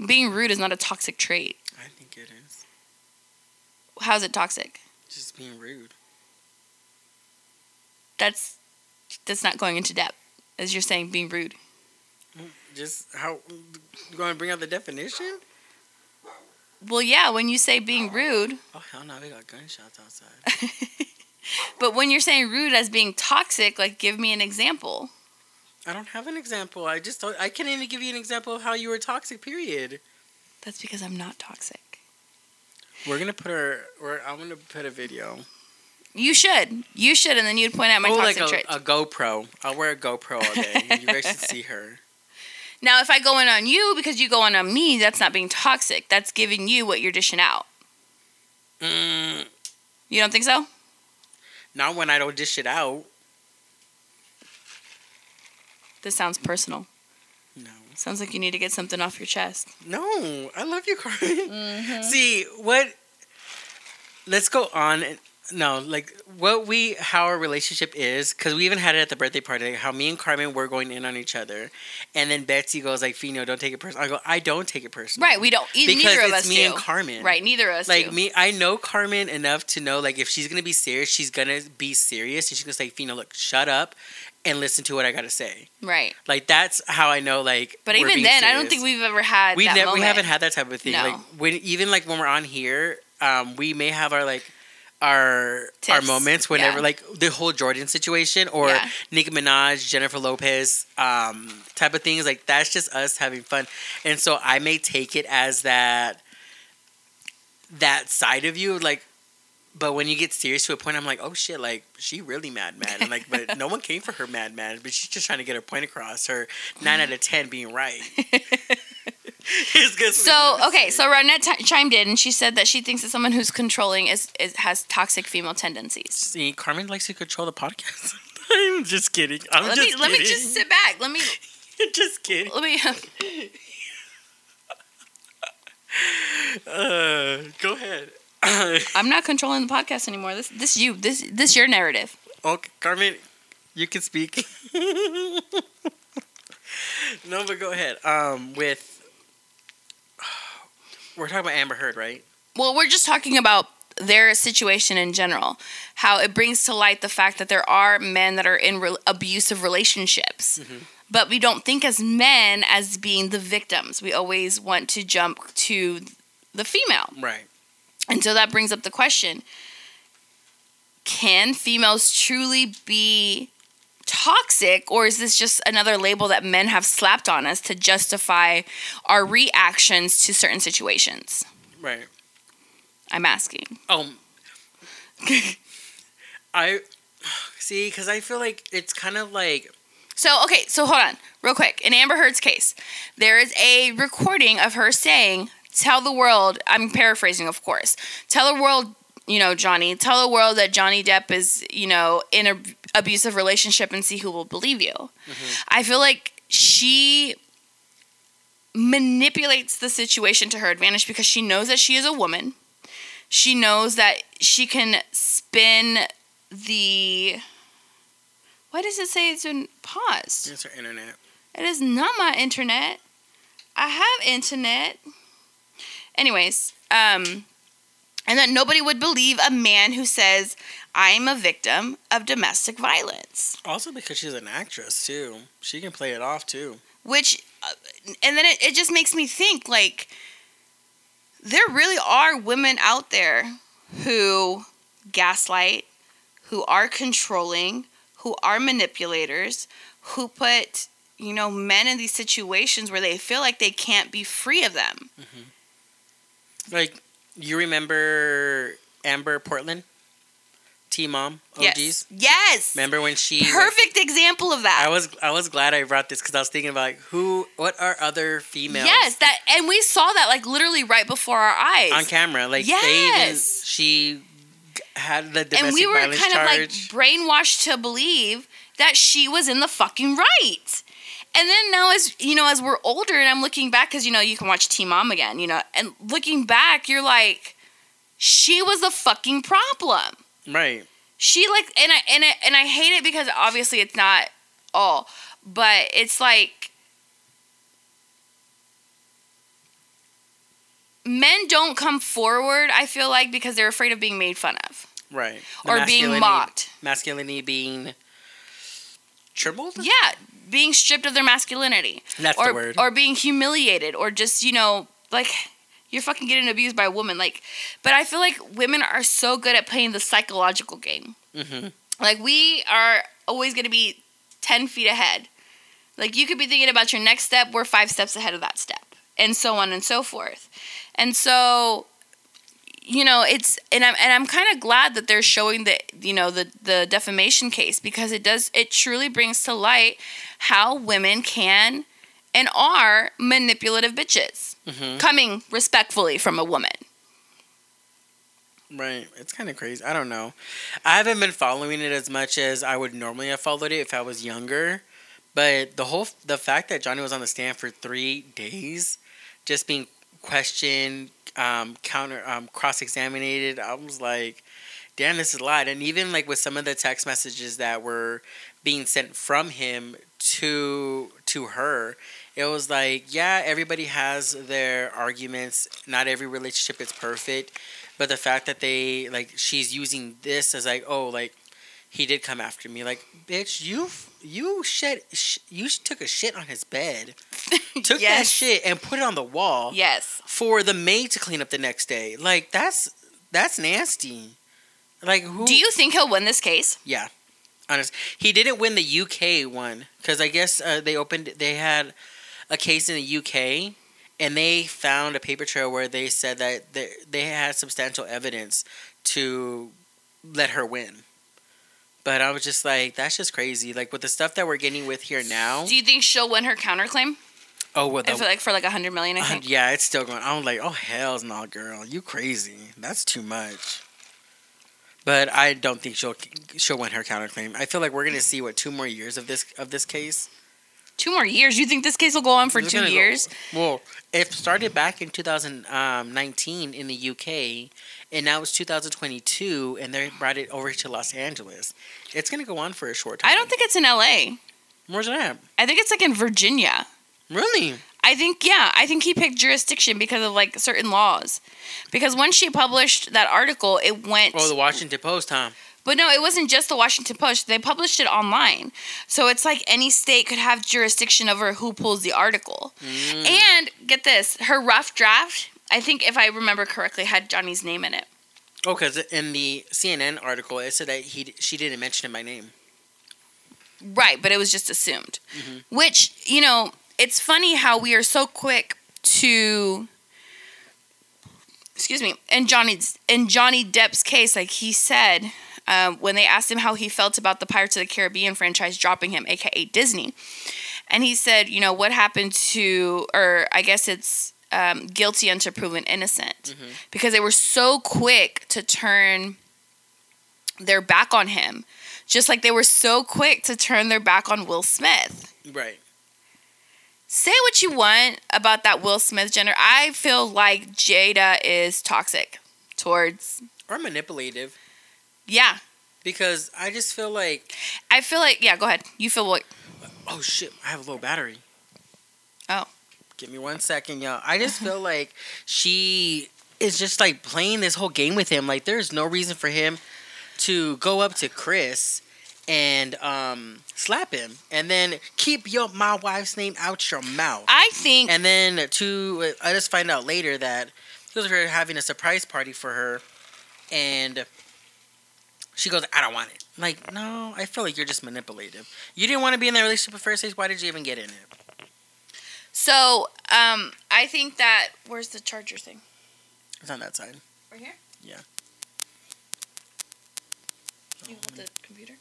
S2: Being rude is not a toxic trait.
S1: I think it is
S2: How's it toxic?
S1: just being rude.
S2: That's that's not going into depth, as you're saying, being rude.
S1: Just how you going to bring out the definition?
S2: Well, yeah, when you say being rude,
S1: Oh hell no, we got gunshots outside.
S2: but when you're saying rude as being toxic, like give me an example.
S1: I don't have an example. I just don't, I can't even give you an example of how you were toxic. Period.
S2: That's because I'm not toxic.
S1: We're gonna put our. We're, I'm gonna put a video.
S2: You should, you should, and then you'd point out my
S1: oh, like
S2: toxic
S1: a,
S2: traits.
S1: a GoPro. I'll wear a GoPro all day. you guys should see her.
S2: Now, if I go in on you because you go in on me, that's not being toxic. That's giving you what you're dishing out.
S1: Mm,
S2: You don't think so?
S1: not when I don't dish it out.
S2: This sounds personal.
S1: No.
S2: Sounds like you need to get something off your chest.
S1: No, I love you, Carmen.
S2: Mm-hmm.
S1: See what? Let's go on. And, no, like what we how our relationship is because we even had it at the birthday party. How me and Carmen were going in on each other, and then Betsy goes like, "Fino, don't take it personal." I go, "I don't take it personal."
S2: Right. We don't. E-
S1: Because
S2: neither of
S1: it's
S2: us
S1: me
S2: do.
S1: and Carmen.
S2: Right. Neither of us.
S1: Like
S2: do.
S1: me, I know Carmen enough to know like if she's gonna be serious, she's gonna be serious, and she's gonna say, "Fino, look, shut up, and listen to what I gotta say."
S2: Right.
S1: Like that's how I know. Like,
S2: But
S1: we're
S2: even
S1: being
S2: then, I don't
S1: serious
S2: think we've ever had.
S1: we
S2: that
S1: never we
S2: moment.
S1: haven't had that type of thing.
S2: No.
S1: Like when even like when we're on here, um, we may have our like our our
S2: Tiffs.
S1: moments whenever
S2: Yeah.
S1: like the whole Jordan situation or
S2: Yeah.
S1: Nicki Minaj, Jennifer Lopez, um, type of things. Like that's just us having fun, and so I may take it as that that side of you like. But when you get serious to a point, I'm like, oh shit, like she really mad mad, and like, but no one came for her mad mad, but she's just trying to get her point across. Her nine out of ten being right. It's good.
S2: So okay, so Ronette t- chimed in and she said that she thinks that someone who's controlling is, is has toxic female tendencies.
S1: See, Carmen likes to control the podcast. I'm just kidding. I'm
S2: Let
S1: just
S2: me
S1: kidding.
S2: let me just sit back. Let me
S1: just kidding.
S2: let me.
S1: Uh, go ahead.
S2: I'm not controlling the podcast anymore. This this you this this your narrative.
S1: okay, Oh, Carmen, you can speak. no, but go ahead. Um, with we're talking about Amber Heard, right?
S2: Well, we're just talking about their situation in general, how it brings to light the fact that there are men that are in re- abusive relationships.
S1: Mm-hmm.
S2: But we don't think as men as being the victims. We always want to jump to the female.
S1: Right.
S2: And so that brings up the question can females truly be toxic, or is this just another label that men have slapped on us to justify our reactions to certain situations?
S1: Right.
S2: I'm asking.
S1: Um, I see because I feel like it's kind of like
S2: So, okay, so hold on, real quick. In Amber Heard's case, there is a recording of her saying, Tell the world, I'm paraphrasing, of course, tell the world, you know, Johnny, tell the world that Johnny Depp is, you know, in a abusive relationship and see who will believe you. I feel like she manipulates the situation to her advantage because she knows that she is a woman. She knows that she can spin the. Why does it say it's been paused?
S1: it's our internet.
S2: It is not my internet. I have internet. Anyways, um, and that nobody would believe a man who says, I am a victim of domestic violence.
S1: Also because she's an actress too, she can play it off too.
S2: which uh, and then it, it just makes me think like there really are women out there who gaslight who are controlling who are manipulators who put you know men in these situations where they feel like they can't be free of them
S1: Like you remember Amber Portland, T Mom, OGs.
S2: yes yes
S1: Remember when she?
S2: perfect example of that
S1: E, I was I was glad I brought this because I was thinking about like who, what are other females?
S2: yes that and we saw that like literally right before our eyes
S1: on camera. Like they even
S2: Yes.
S1: she g- had the domestic
S2: and we were
S1: violence
S2: kind of like
S1: charge.
S2: brainwashed to believe that she was in the fucking right. And then now, as you know, as we're older, and I'm looking back, because you know, you can watch T Mom again, you know, and looking back, you're like, she was the fucking problem.
S1: right.
S2: She like, and I and I and I hate it because obviously it's not all, but it's like men don't come forward. I feel like because they're afraid of being made fun of
S1: Right. The
S2: or being
S1: masculinity-
S2: mocked.
S1: Masculinity being tripled.
S2: Yeah, being stripped of their masculinity,
S1: That's
S2: or
S1: the word.
S2: or being humiliated, or just you know like you're fucking getting abused by a woman. Like, but I feel like women are so good at playing the psychological game.
S1: Mhm.
S2: Like we are always gonna be ten feet ahead. Like you could be thinking about your next step, we're five steps ahead of that step, and so on and so forth. And so you know it's and i'm and i'm kind of glad that they're showing the you know the the defamation case because it does it truly brings to light how women can and are manipulative bitches
S1: Mhm.
S2: coming respectfully from a woman.
S1: Right. It's kind of crazy. I don't know. I haven't been following it as much as I would normally have followed it if I was younger. But the whole the fact that Johnny was on the stand for three days, just being questioned, um, counter, um, cross examined, I was like, damn, this is a lot. And even like with some of the text messages that were being sent from him to to her, it was like, yeah, everybody has their arguments. Not every relationship is perfect but the fact that they like she's using this as like oh like he did come after me like bitch you you shed sh- you took a shit on his bed took that
S2: Yes.
S1: shit and put it on the wall
S2: Yes.
S1: for the maid to clean up the next day like that's that's nasty like who
S2: Do you think he'll win this case?
S1: yeah honest he didn't win the UK one because I guess uh, they opened they had a case in the UK and they found a paper trail where they said that they, they had substantial evidence to let her win but I was just like that's just crazy like with the stuff that we're getting with here now
S2: Do you think she'll win her counterclaim?
S1: oh with
S2: If
S1: the
S2: like for like a hundred million, I
S1: uh,
S2: think.
S1: yeah it's still going I'm like oh hell's no girl you crazy that's too much but I don't think she'll she'll win her counterclaim. I feel like we're gonna see what two more years of this of this case.
S2: two more years. You think this case will go on for
S1: It's
S2: two
S1: gonna go-
S2: years?
S1: well, it started back in 2019 in the UK, and now it's 2022, and they brought it over to Los Angeles. It's going to go on for a short time.
S2: I don't think it's in L.A.
S1: Where's that?
S2: I think it's like in Virginia.
S1: Really?
S2: I think yeah, I think he picked jurisdiction because of like certain laws. Because when she published that article, it went
S1: Oh, the Washington Post, huh?
S2: But no, it wasn't just the Washington Post. They published it online. So it's like any state could have jurisdiction over who pulls the article.
S1: Mm.
S2: And get this, her rough draft, I think if I remember correctly, had Johnny's name in it.
S1: Oh, because in the CNN article, it said that he she didn't mention him by name.
S2: Right, but it was just assumed. Which, you know, it's funny how we are so quick to excuse me, in Johnny's in Johnny Depp's case, like he said, um, when they asked him how he felt about the Pirates of the Caribbean franchise dropping him, aka Disney. And he said, you know, what happened to or I guess it's um, guilty until proven innocent. Because they were so quick to turn their back on him just like they were so quick to turn their back on Will Smith.
S1: Right.
S2: Say what you want about that Will Smith gender. I feel like Jada is toxic towards,
S1: Or manipulative,
S2: yeah.
S1: because I just feel like,
S2: I feel like, yeah, go ahead. You feel what?
S1: oh shit, I have a low battery.
S2: Oh.
S1: Give me one second, y'all. I just feel like she is just like playing this whole game with him. Like there's no reason for him to go up to Chris and um slap him and then keep your my wife's name out your mouth.
S2: I think,
S1: and then to I just find out later that he was having a surprise party for her and she goes, I don't want it. Like, no, I feel like you're just manipulative. You didn't want to be in that relationship at first place. Why did you even get in it?
S2: so, um, I think that, where's the charger thing?
S1: It's on that side.
S2: Right here?
S1: Yeah.
S2: You hold the computer.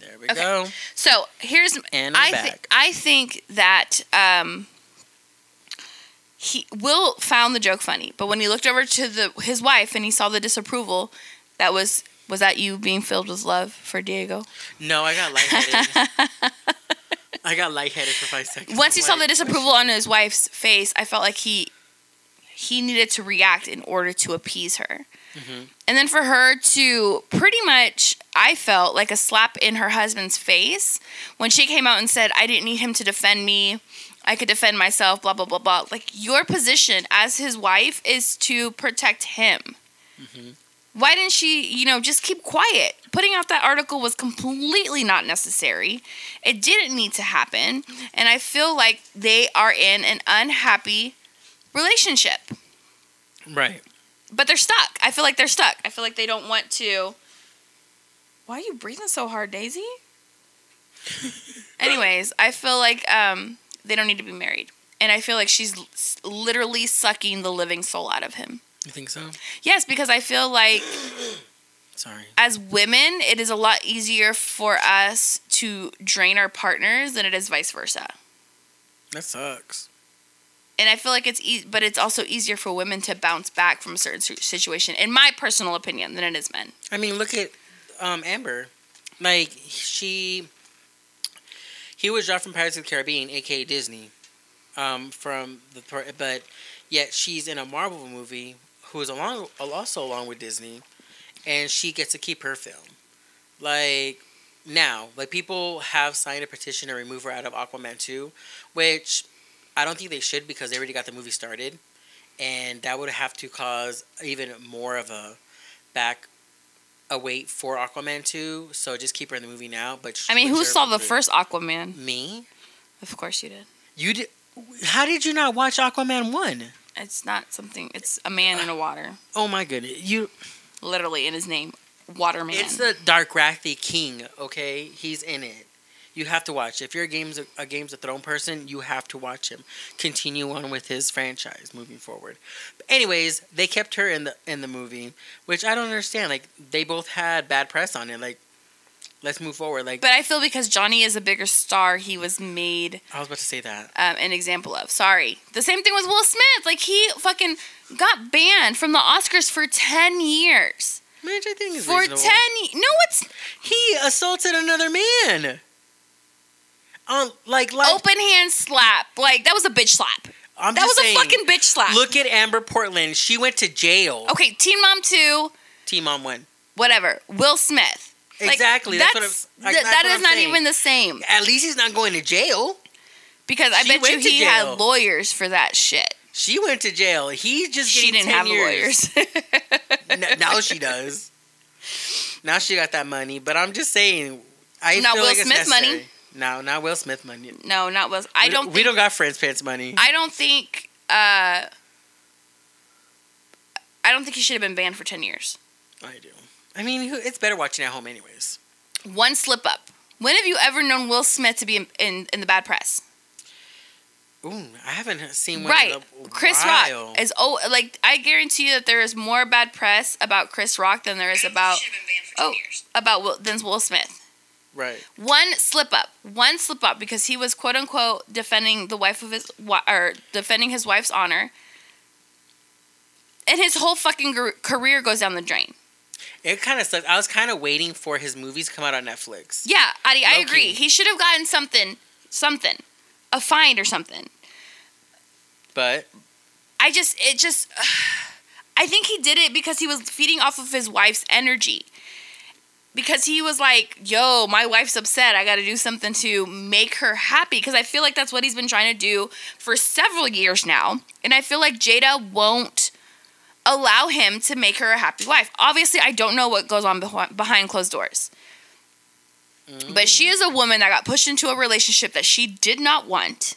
S1: There we
S2: Okay.
S1: go.
S2: So here's
S1: And
S2: I
S1: back.
S2: thi- I think that um, he Will found the joke funny, but when he looked over to the his wife and he saw the disapproval, that was was that you being filled with love for Diego.
S1: No, I got lightheaded. I got lightheaded for five seconds.
S2: Once he saw the
S1: Like,
S2: disapproval on his wife's face, I felt like he he needed to react in order to appease her.
S1: Mm-hmm.
S2: And then for her to pretty much, I felt like a slap in her husband's face when she came out and said, I didn't need him to defend me. I could defend myself, blah, blah, blah, blah. Like, your position as his wife is to protect him.
S1: Mm-hmm.
S2: Why didn't she, you know, just keep quiet? Putting out that article was completely not necessary. It didn't need to happen. And I feel like they are in an unhappy relationship
S1: right.
S2: but they're stuck. I feel like they're stuck. I feel like they don't want to. Why are you breathing so hard, Daisy? Anyways, I feel like um, they don't need to be married. And I feel like she's l- s- literally sucking the living soul out of him.
S1: You think so?
S2: Yes, because I feel like
S1: Sorry.
S2: as women, it is a lot easier for us to drain our partners than it is vice versa.
S1: That sucks.
S2: And I feel like it's easy, but it's also easier for women to bounce back from a certain si- situation, in my personal opinion, than it is men.
S1: I mean, look at um, Amber. Like she, he was dropped from Pirates of the Caribbean, aka Disney, um, from the per- but yet she's in a Marvel movie who is along also along with Disney, and she gets to keep her film. Like now, like people have signed a petition to remove her out of Aquaman two, which I don't think they should because they already got the movie started, and that would have to cause even more of a back a wait for Aquaman 2, so just keep her in the movie now. But sh-
S2: I mean,
S1: but
S2: who
S1: you're
S2: saw the
S1: free.
S2: first Aquaman?
S1: Me?
S2: Of course you did.
S1: You did? How did you not watch Aquaman one?
S2: It's not something. It's a man in a water,
S1: Oh my goodness! You
S2: literally in his name, Waterman.
S1: it's the Darkrathi King. Okay, he's in it. You have to watch. If you're a games a Games of Throne person, you have to watch him continue on with his franchise moving forward. But anyways, they kept her in the in the movie, which I don't understand. Like they both had bad press on it. Like let's move forward. Like
S2: but I feel because Johnny is a bigger star, he was made
S1: I was about to say that.
S2: um, an example of. Sorry. The same thing with Will Smith. Like he fucking got banned from the Oscars for ten years.
S1: Man, I think is
S2: For ten.
S1: reasonable.
S2: ye- No, it's
S1: He assaulted another man. Um, like, like
S2: open hand slap. Like that was a bitch slap.
S1: I'm
S2: Oh, That
S1: just
S2: was a
S1: saying,
S2: fucking bitch slap.
S1: Look at Amber Portland. She went to jail.
S2: Okay, Teen Mom Two.
S1: Team on one.
S2: Whatever. Will Smith. Like,
S1: Exactly. That's, what I'm. like, that's
S2: th- that
S1: what
S2: is
S1: I'm
S2: not
S1: saying.
S2: even the same
S1: At least he's not going to jail.
S2: because I
S1: She
S2: bet you
S1: went to
S2: he
S1: jail.
S2: had lawyers for that shit.
S1: She went to jail. He just
S2: She
S1: getting 10
S2: didn't have
S1: years.
S2: lawyers.
S1: N- now she does. Now she got that money. But I'm just saying. I
S2: Not
S1: feel
S2: Will
S1: like it's
S2: Smith money.
S1: necessary. No, not Will Smith money.
S2: no, not Will. I don't.
S1: We
S2: think,
S1: don't got friends pants money.
S2: I don't think. Uh, I don't think he should have been banned for ten years.
S1: I do. I mean, who- it's better watching at home, anyways.
S2: One slip up. When have you ever known Will Smith to be in in, in the bad press?
S1: Ooh, I haven't seen one
S2: Right.
S1: in a
S2: Chris
S1: while.
S2: Rock is oh like I guarantee you that there is more bad press about Chris Rock than there is about oh about Will, than Will Smith.
S1: Right.
S2: One slip up, one slip up because he was quote unquote defending the wife of his wi- or defending his wife's honor. And his whole fucking gar- career goes down the drain.
S1: It kind of sucks. I was kind of waiting for his movies to come out on Netflix.
S2: Yeah, Adi, I
S1: Low
S2: agree.
S1: key.
S2: He should have gotten something, something, a fine or something.
S1: But
S2: I just, it just, I think he did it because he was feeding off of his wife's energy. Because he was like, yo, my wife's upset. I got to do something to make her happy. Because I feel like that's what he's been trying to do for several years now. And I feel like Jada won't allow him to make her a happy wife. Obviously, I don't know what goes on behi- behind closed doors. But she is a woman that got pushed into a relationship that she did not want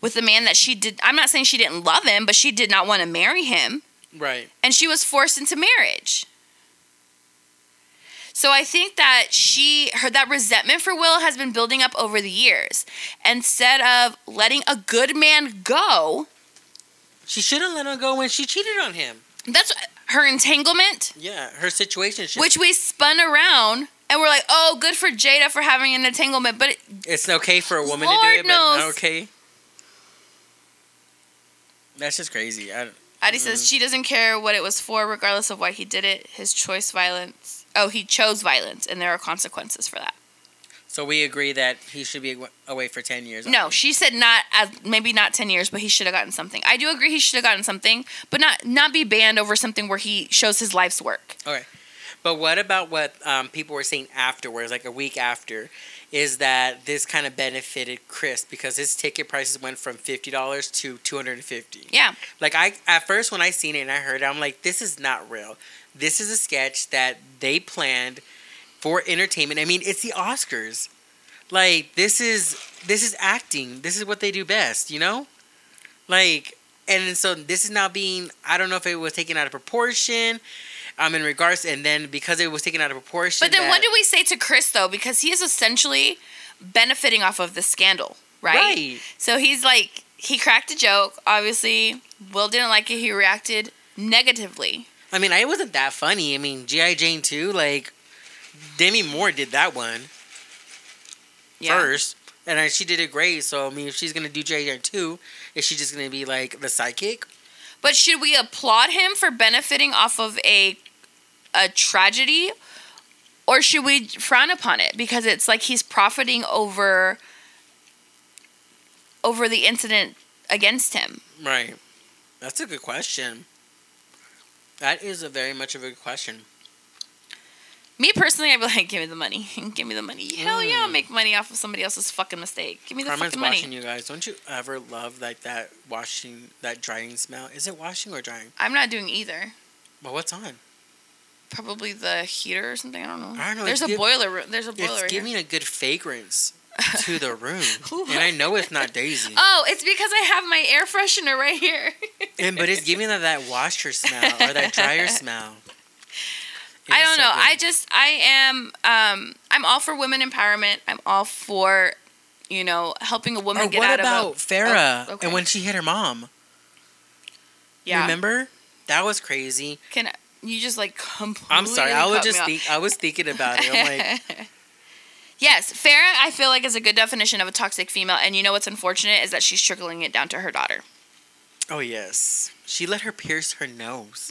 S2: with a man that she did. I'm not saying she didn't love him, but she did not want to marry him.
S1: right.
S2: And she was forced into marriage. So I think that she, her, that resentment for Will has been building up over the years. Instead of letting a good man go,
S1: She should have let him go when she cheated on him.
S2: that's her entanglement,
S1: Yeah, her situation.
S2: which we spun around and we're like, oh, good for Jada for having an entanglement. But
S1: it's okay for a woman to
S2: Lord
S1: do it,
S2: knows.
S1: but not okay. That's just crazy. I,
S2: Addie says she doesn't care what it was for, regardless of why he did it. His choice violence. Oh, he chose violence, and there are consequences for that.
S1: so we agree that he should be awa- away for ten years.
S2: No, she said not as maybe not ten years, but he should have gotten something. I do agree he should have gotten something, but not not be banned over something where he shows his life's work.
S1: Okay. But what about what um, people were saying afterwards, like a week after, is that this kind of benefited Chris because his ticket prices went from fifty dollars to two hundred and fifty.
S2: Yeah,
S1: Like I at first when I seen it and I heard it, I'm like, this is not real. This is a sketch that they planned for entertainment. I mean, it's the Oscars. Like this is this is acting. This is what they do best, you know? Like and so this is now being I don't know if it was taken out of proportion. Um in regards and then because it was taken out of proportion.
S2: but then what
S1: that-
S2: do we say to Chris though? Because he is essentially benefiting off of the scandal, right?
S1: Right.
S2: So he's like he cracked a joke. Obviously, Will didn't like it. He reacted negatively.
S1: I mean, I wasn't that funny. I mean, G.I. Jane 2, like Demi Moore did that one.
S2: Yeah.
S1: first, and I, she did it great. So I mean, if she's gonna do JJ too, is she just gonna be like the sidekick?
S2: But should we applaud him for benefiting off of a a tragedy or should we frown upon it because it's like he's profiting over over the incident against him?
S1: Right. That's a good question. That is a very much of a good question.
S2: Me personally, I'd be like, give me the money. give me the money. Hell yeah, I'll make money off of somebody else's fucking mistake. Give me the
S1: Mm. Carmen's
S2: fucking money.
S1: washing you guys. Don't you ever love like that washing, that drying smell? Is it washing or drying?
S2: I'm not doing either.
S1: Well, what's on?
S2: Probably the heater or something. I don't know.
S1: I don't know,
S2: There's
S1: it's
S2: a
S1: giv-
S2: boiler room. There's a boiler
S1: It's
S2: right here.
S1: giving a good fragrance to the room, and I know it's not Daisy,
S2: Oh, it's because I have my air freshener right here.
S1: and but it's giving that that washer smell or that dryer smell. It
S2: I
S1: is
S2: don't
S1: so
S2: know.
S1: good.
S2: I just I am um I'm all for women empowerment. I'm all for you know helping a woman
S1: Or
S2: get
S1: what
S2: out
S1: about
S2: of a
S1: Farah
S2: oh, okay.
S1: and when she hit her mom?
S2: yeah.
S1: Remember? That was crazy.
S2: Can you just like completely?
S1: I'm sorry. I was
S2: cut me
S1: just
S2: off.
S1: think, I was thinking about it. I'm like,
S2: yes, Farah. I feel like is a good definition of a toxic female. And you know what's unfortunate is that she's trickling it down to her daughter.
S1: oh yes, she let her pierce her nose.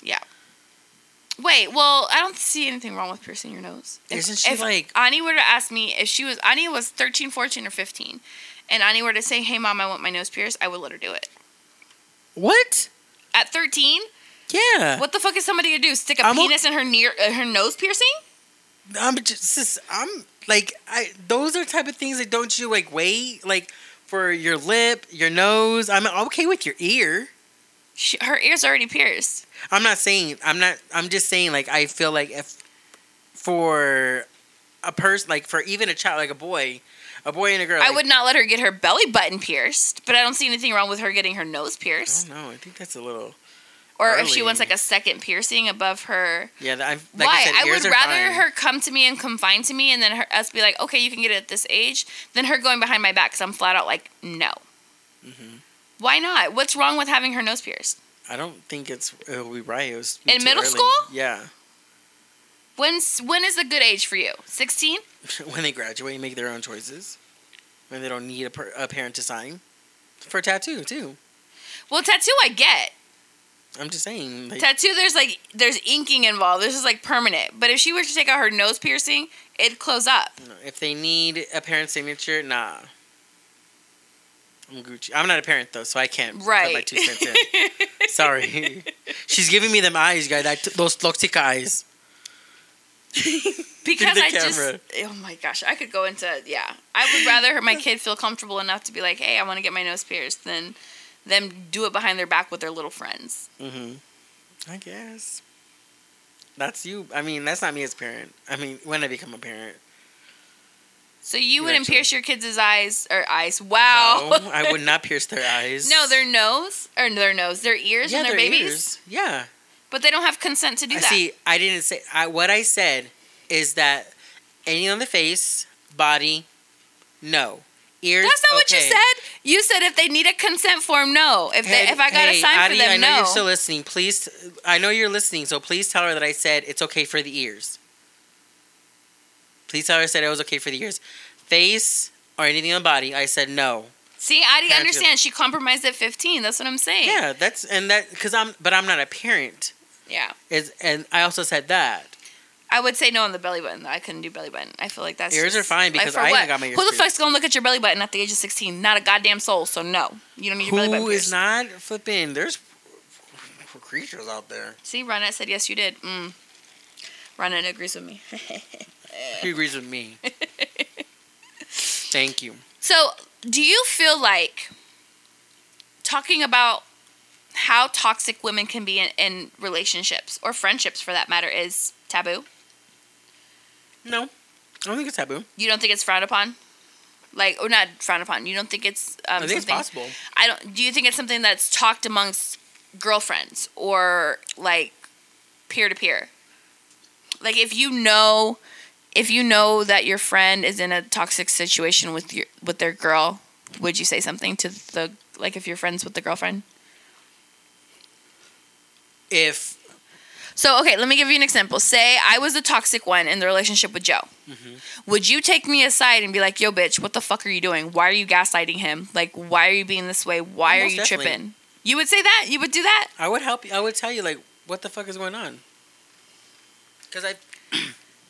S2: Wait, well, I don't see anything wrong with piercing your nose. If-
S1: Isn't she
S2: if
S1: like?
S2: Ani were to ask me if she was Ani was 13, 14, or 15, and Ani were to say, "Hey, mom, I want my nose pierced," I would let her do it.
S1: What?
S2: At 13,
S1: Yeah.
S2: what the fuck is somebody gonna do? Stick a
S1: I'm o-
S2: penis in her near uh, her nose piercing?
S1: I'm just, sis, I'm like I. Those are type of things that don't you like wait like for your lip, your nose. I'm okay with your ear.
S2: She, her ears are already pierced.
S1: I'm not saying I'm not. I'm just saying like I feel like if for a person like for even a child like a boy, a boy and a girl.
S2: I would not let her get her belly button pierced, but I don't see anything wrong with her getting her nose
S1: I
S2: pierced.
S1: don't know. I think that's a little.
S2: Or if she wants
S1: early.
S2: like a second piercing above her.
S1: Yeah, that- I've, like
S2: Why?
S1: I,
S2: I,
S1: said, ears
S2: would
S1: are
S2: rather
S1: fine.
S2: her come to me and confine to me, and then her, us be like, "Okay, you can get it at this age," than her going behind my back because I'm flat out like, "No." Why not? What's wrong with having her nose pierced?
S1: Mm-hmm. I don't think it's it'll be right. It was
S2: In
S1: too
S2: middle
S1: early.
S2: school?
S1: Yeah,
S2: When's when is the good age for you? Sixteen?
S1: when they graduate and make their own choices, when they don't need a, per, a parent to sign for a tattoo too.
S2: Well, tattoo I get.
S1: I'm just saying. Like,
S2: Tattoo, there's like there's inking involved. This is like permanent. But if she were to take out her nose piercing, it'd close up.
S1: you know, if they need a parent signature, nah. I'm Gucci. I'm not a parent though, so I can't put my
S2: Right.
S1: two cents in. Sorry, she's giving me them eyes, guys. That those toxic eyes.
S2: because
S1: the
S2: I
S1: camera.
S2: just oh my gosh, I could go into yeah. I would rather my kid feel comfortable enough to be like, hey, I want to get my nose pierced than them do it behind their back with their little friends.
S1: hmm I guess. That's you. I mean, that's not me as a parent. I mean, when I become a parent.
S2: So you
S1: You're
S2: wouldn't
S1: actually-
S2: pierce your kids' eyes or eyes? Wow.
S1: No, I would not pierce their eyes.
S2: No, their nose or their nose, their ears when they're babies,
S1: ears. Yeah.
S2: but they don't have consent to do
S1: I
S2: that.
S1: see. I didn't say I, what I said is that any on the face, body, no ears.
S2: That's not what you
S1: okay.
S2: said. You said if they need a consent form, no. If
S1: Hey,
S2: they, if I got
S1: hey,
S2: a sign
S1: Adi,
S2: for them,
S1: I know
S2: no.
S1: you're still listening. Please, I know you're listening, so please tell her that I said it's okay for the ears. Please tell her I said it was okay for the ears, face or anything on the body. I said no.
S2: See, I
S1: Parents
S2: didn't
S1: are-
S2: understand. She compromised at fifteen. That's what I'm saying.
S1: Yeah, that's and that because I'm, but I'm not a parent.
S2: Yeah.
S1: Is and I also said that.
S2: I would say no on the belly button. though. I couldn't do belly button. I feel like that's
S1: Ears
S2: just-
S1: are fine because
S2: for
S1: I haven't
S2: what?
S1: got my ears
S2: Who the
S1: pierced.
S2: fuck's gonna look at your belly button at the age of sixteen? Not a goddamn soul. So no, you don't need your belly button.
S1: Who is
S2: pierced.
S1: not flipping? There's creatures out there.
S2: See, Ronette said yes, you did. Mm. Ronette agrees with me.
S1: He agrees with me. Thank you.
S2: So, do you feel like talking about how toxic women can be in, in relationships or friendships, for that matter, is taboo?
S1: No, I don't think it's taboo.
S2: You don't think it's frowned upon? Like, or not frowned upon? You don't think it's um,
S1: I think it's
S2: something-
S1: possible.
S2: I don't. Do you think it's something that's talked amongst girlfriends or like peer to peer? Like if you know, if you know that your friend is in a toxic situation with your with their girl, would you say something to the like if you're friends with the girlfriend?
S1: If
S2: So, okay, let me give you an example. Say I was the toxic one in the relationship with Joe.
S1: Mm-hmm.
S2: Would you take me aside and be like, yo, bitch, what the fuck are you doing? Why are you gaslighting him? Like, why are you being this way? Why
S1: Most
S2: are you
S1: definitely.
S2: tripping? You would say that? You would do that?
S1: I would help you. I would tell you like what the fuck is going on. Because I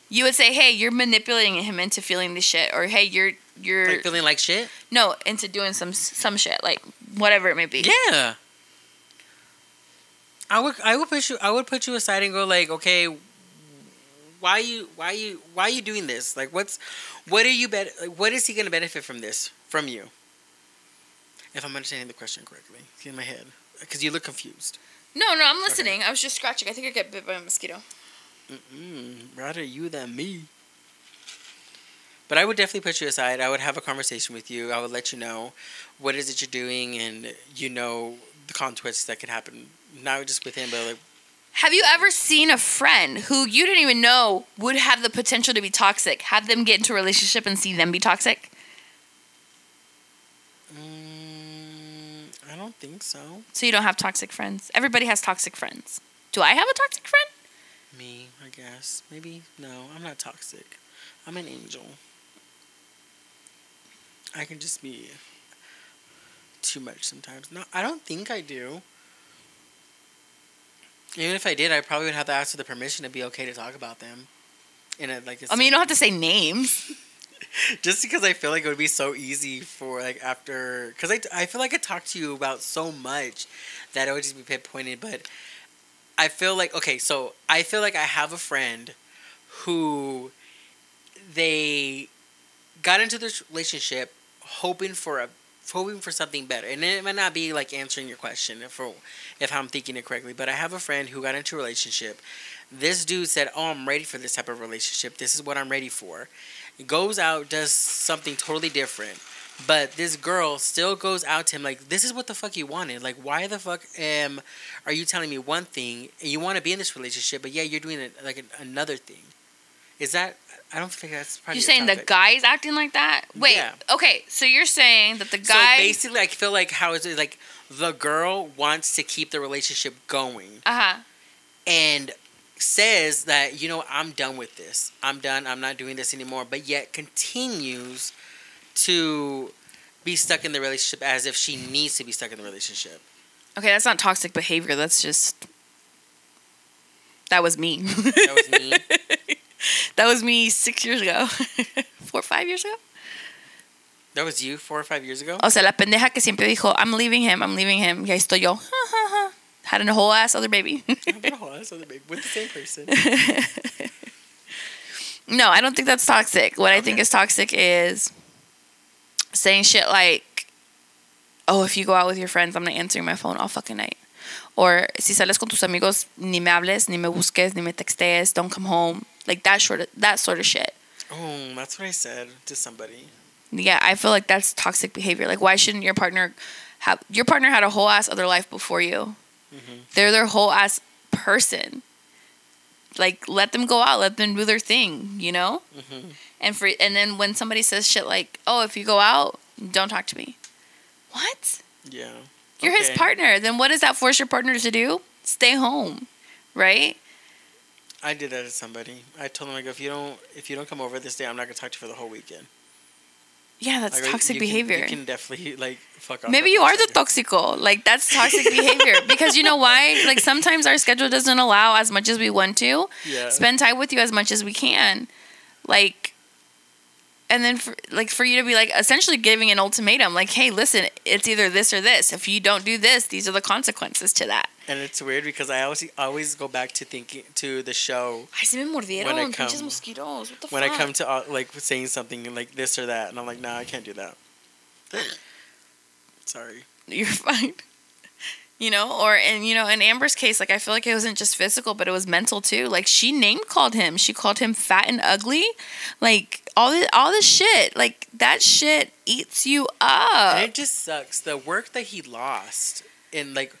S2: You would say, hey, you're manipulating him into feeling this shit. Or, hey, you're, you're,
S1: like feeling like shit.
S2: no, into doing some, some shit. Like, whatever it may be.
S1: Yeah. I would I would put you I would put you aside and go like, okay, why you why you why you doing this? Like what's what are you bet like, what is he gonna benefit from this? From you. If I'm understanding the question correctly. It's in my head. Because you look confused.
S2: No, no, I'm listening. I was just scratching. I think I got bit by a mosquito.
S1: Mm-mm, rather you than me. But I would definitely put you aside. I would have a conversation with you. I would let you know what is it you're doing, and you know the consequences that could happen. Not just with him, but like
S2: Have you ever seen a friend who you didn't even know would have the potential to be toxic, have them get into a relationship and see them be toxic?
S1: Mm, I don't think so.
S2: So you don't have toxic friends. Everybody has toxic friends. Do I have a toxic friend?
S1: Me, I guess. Maybe. No, I'm not toxic. I'm an angel. I can just be too much sometimes. No, I don't think I do. Even if I did, I probably would have to ask for the permission to be okay to talk about them. In a, like, a
S2: I mean, you don't have to say names.
S1: just because I feel like it would be so easy for like after because I, I feel like I talked to you about so much that it would just be pinpointed, but I feel like okay, so I feel like I have a friend who they got into this relationship hoping for a hoping for something better, and it might not be like answering your question if if I'm thinking it correctly, but I have a friend who got into a relationship. This dude said, "Oh, I'm ready for this type of relationship. This is what I'm ready for." goes out, does something totally different. But this girl still goes out to him like, "This is what the fuck you wanted. Like, why the fuck am are you telling me one thing and you want to be in this relationship, but yeah, you're doing it like an, another thing?" Is that I don't think that's probably
S2: You're saying the guy's acting like that? Wait.
S1: Yeah.
S2: Okay, so you're saying that the
S1: So
S2: guy
S1: basically, I feel like how is it like the girl wants to keep the relationship going
S2: Uh-huh.
S1: and says that you know I'm done with this. I'm done. I'm not doing this anymore. But yet continues to be stuck in the relationship as if she needs to be stuck in the relationship.
S2: Okay, that's not toxic behavior. That's just that was me.
S1: That was me.
S2: that was me six years ago, four or five years ago.
S1: that was you four or five years ago.
S2: O sea, la pendeja que siempre dijo, I'm leaving him, I'm leaving him. Y ahí estoy yo. Had a whole ass other baby.
S1: with the same person.
S2: no, I don't think that's toxic. What I think
S1: Okay.
S2: is toxic is saying shit like, oh, if you go out with your friends, I'm not answering my phone all fucking night. Or si sales con tus amigos, ni me hables, ni me busques, ni me textees, don't come home. Like that sort of, that sort of shit.
S1: Oh, that's what I said to somebody.
S2: yeah, I feel like that's toxic behavior. Like, why shouldn't your partner have your partner had a whole ass other life before you?
S1: Mm-hmm,
S2: They're their whole ass person. Like, let them go out, let them do their thing, you know.
S1: mm-hmm.
S2: And for and then when somebody says shit like, "Oh, if you go out, don't talk to me," what?
S1: Yeah.
S2: You're his
S1: Okay.
S2: partner. Then what does that force your partner to do? Stay home, right?
S1: I did that to somebody. I told him I go if you don't if you don't come over this day, I'm not gonna talk to you for the whole weekend.
S2: Yeah, that's
S1: I go,
S2: toxic
S1: "You can-
S2: behavior.
S1: you can definitely like fuck off.
S2: Maybe
S1: for
S2: you
S1: five
S2: are the
S1: seconds."
S2: toxico. Like that's toxic behavior because you know why? Like sometimes our schedule doesn't allow as much as we want to
S1: Yeah.
S2: spend time with you as much as we can. Like and then for, like for you to be like essentially giving an ultimatum like hey, listen, it's either this or this. If you don't do this, these are the consequences to that.
S1: And it's weird because I always always go back to thinking to the show
S2: Ay, se me mordieron
S1: When I
S2: pinches
S1: come-
S2: mosquitos. What the
S1: when I
S2: fuck?
S1: come to uh, like saying something like this or that, and I'm like, nah, I can't do that. Sorry.
S2: you're fine. You know, or in you know, in Amber's case, like I feel like it wasn't just physical, but it was mental too. Like she name called him. She called him fat and ugly. Like all this all this shit. Like that shit eats you
S1: And
S2: up.
S1: it just sucks the work that he lost in like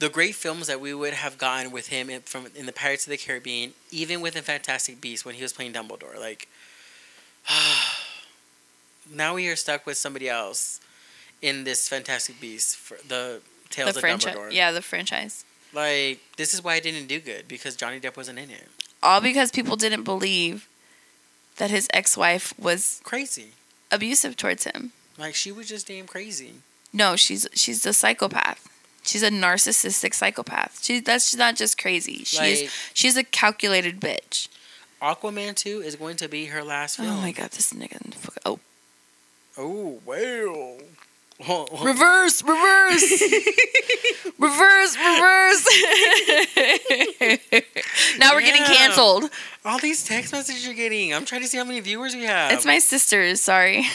S1: the great films that we would have gotten with him in, from in the Pirates of the Caribbean, even with the Fantastic Beasts when he was playing Dumbledore. Like, now we are stuck with somebody else in this Fantastic Beasts for the Tales
S2: the
S1: of
S2: franchise.
S1: Dumbledore.
S2: Yeah, the franchise.
S1: Like this is why it didn't do good because Johnny Depp wasn't in it.
S2: All because people didn't believe that his ex wife was
S1: Crazy.
S2: abusive towards him.
S1: Like she was just damn crazy.
S2: No, she's she's a psychopath. She's a narcissistic psychopath. She that's she's not just crazy. She's
S1: Like-
S2: she's a calculated bitch.
S1: Aquaman two is going to be her last film.
S2: Oh my god, this nigga. fuck- Oh,
S1: Oh well. Oh, oh.
S2: reverse, reverse, reverse, reverse. now we're getting
S1: Yeah.
S2: canceled.
S1: All these text messages you're getting. I'm trying to see how many viewers we have.
S2: It's my sister's. Sorry,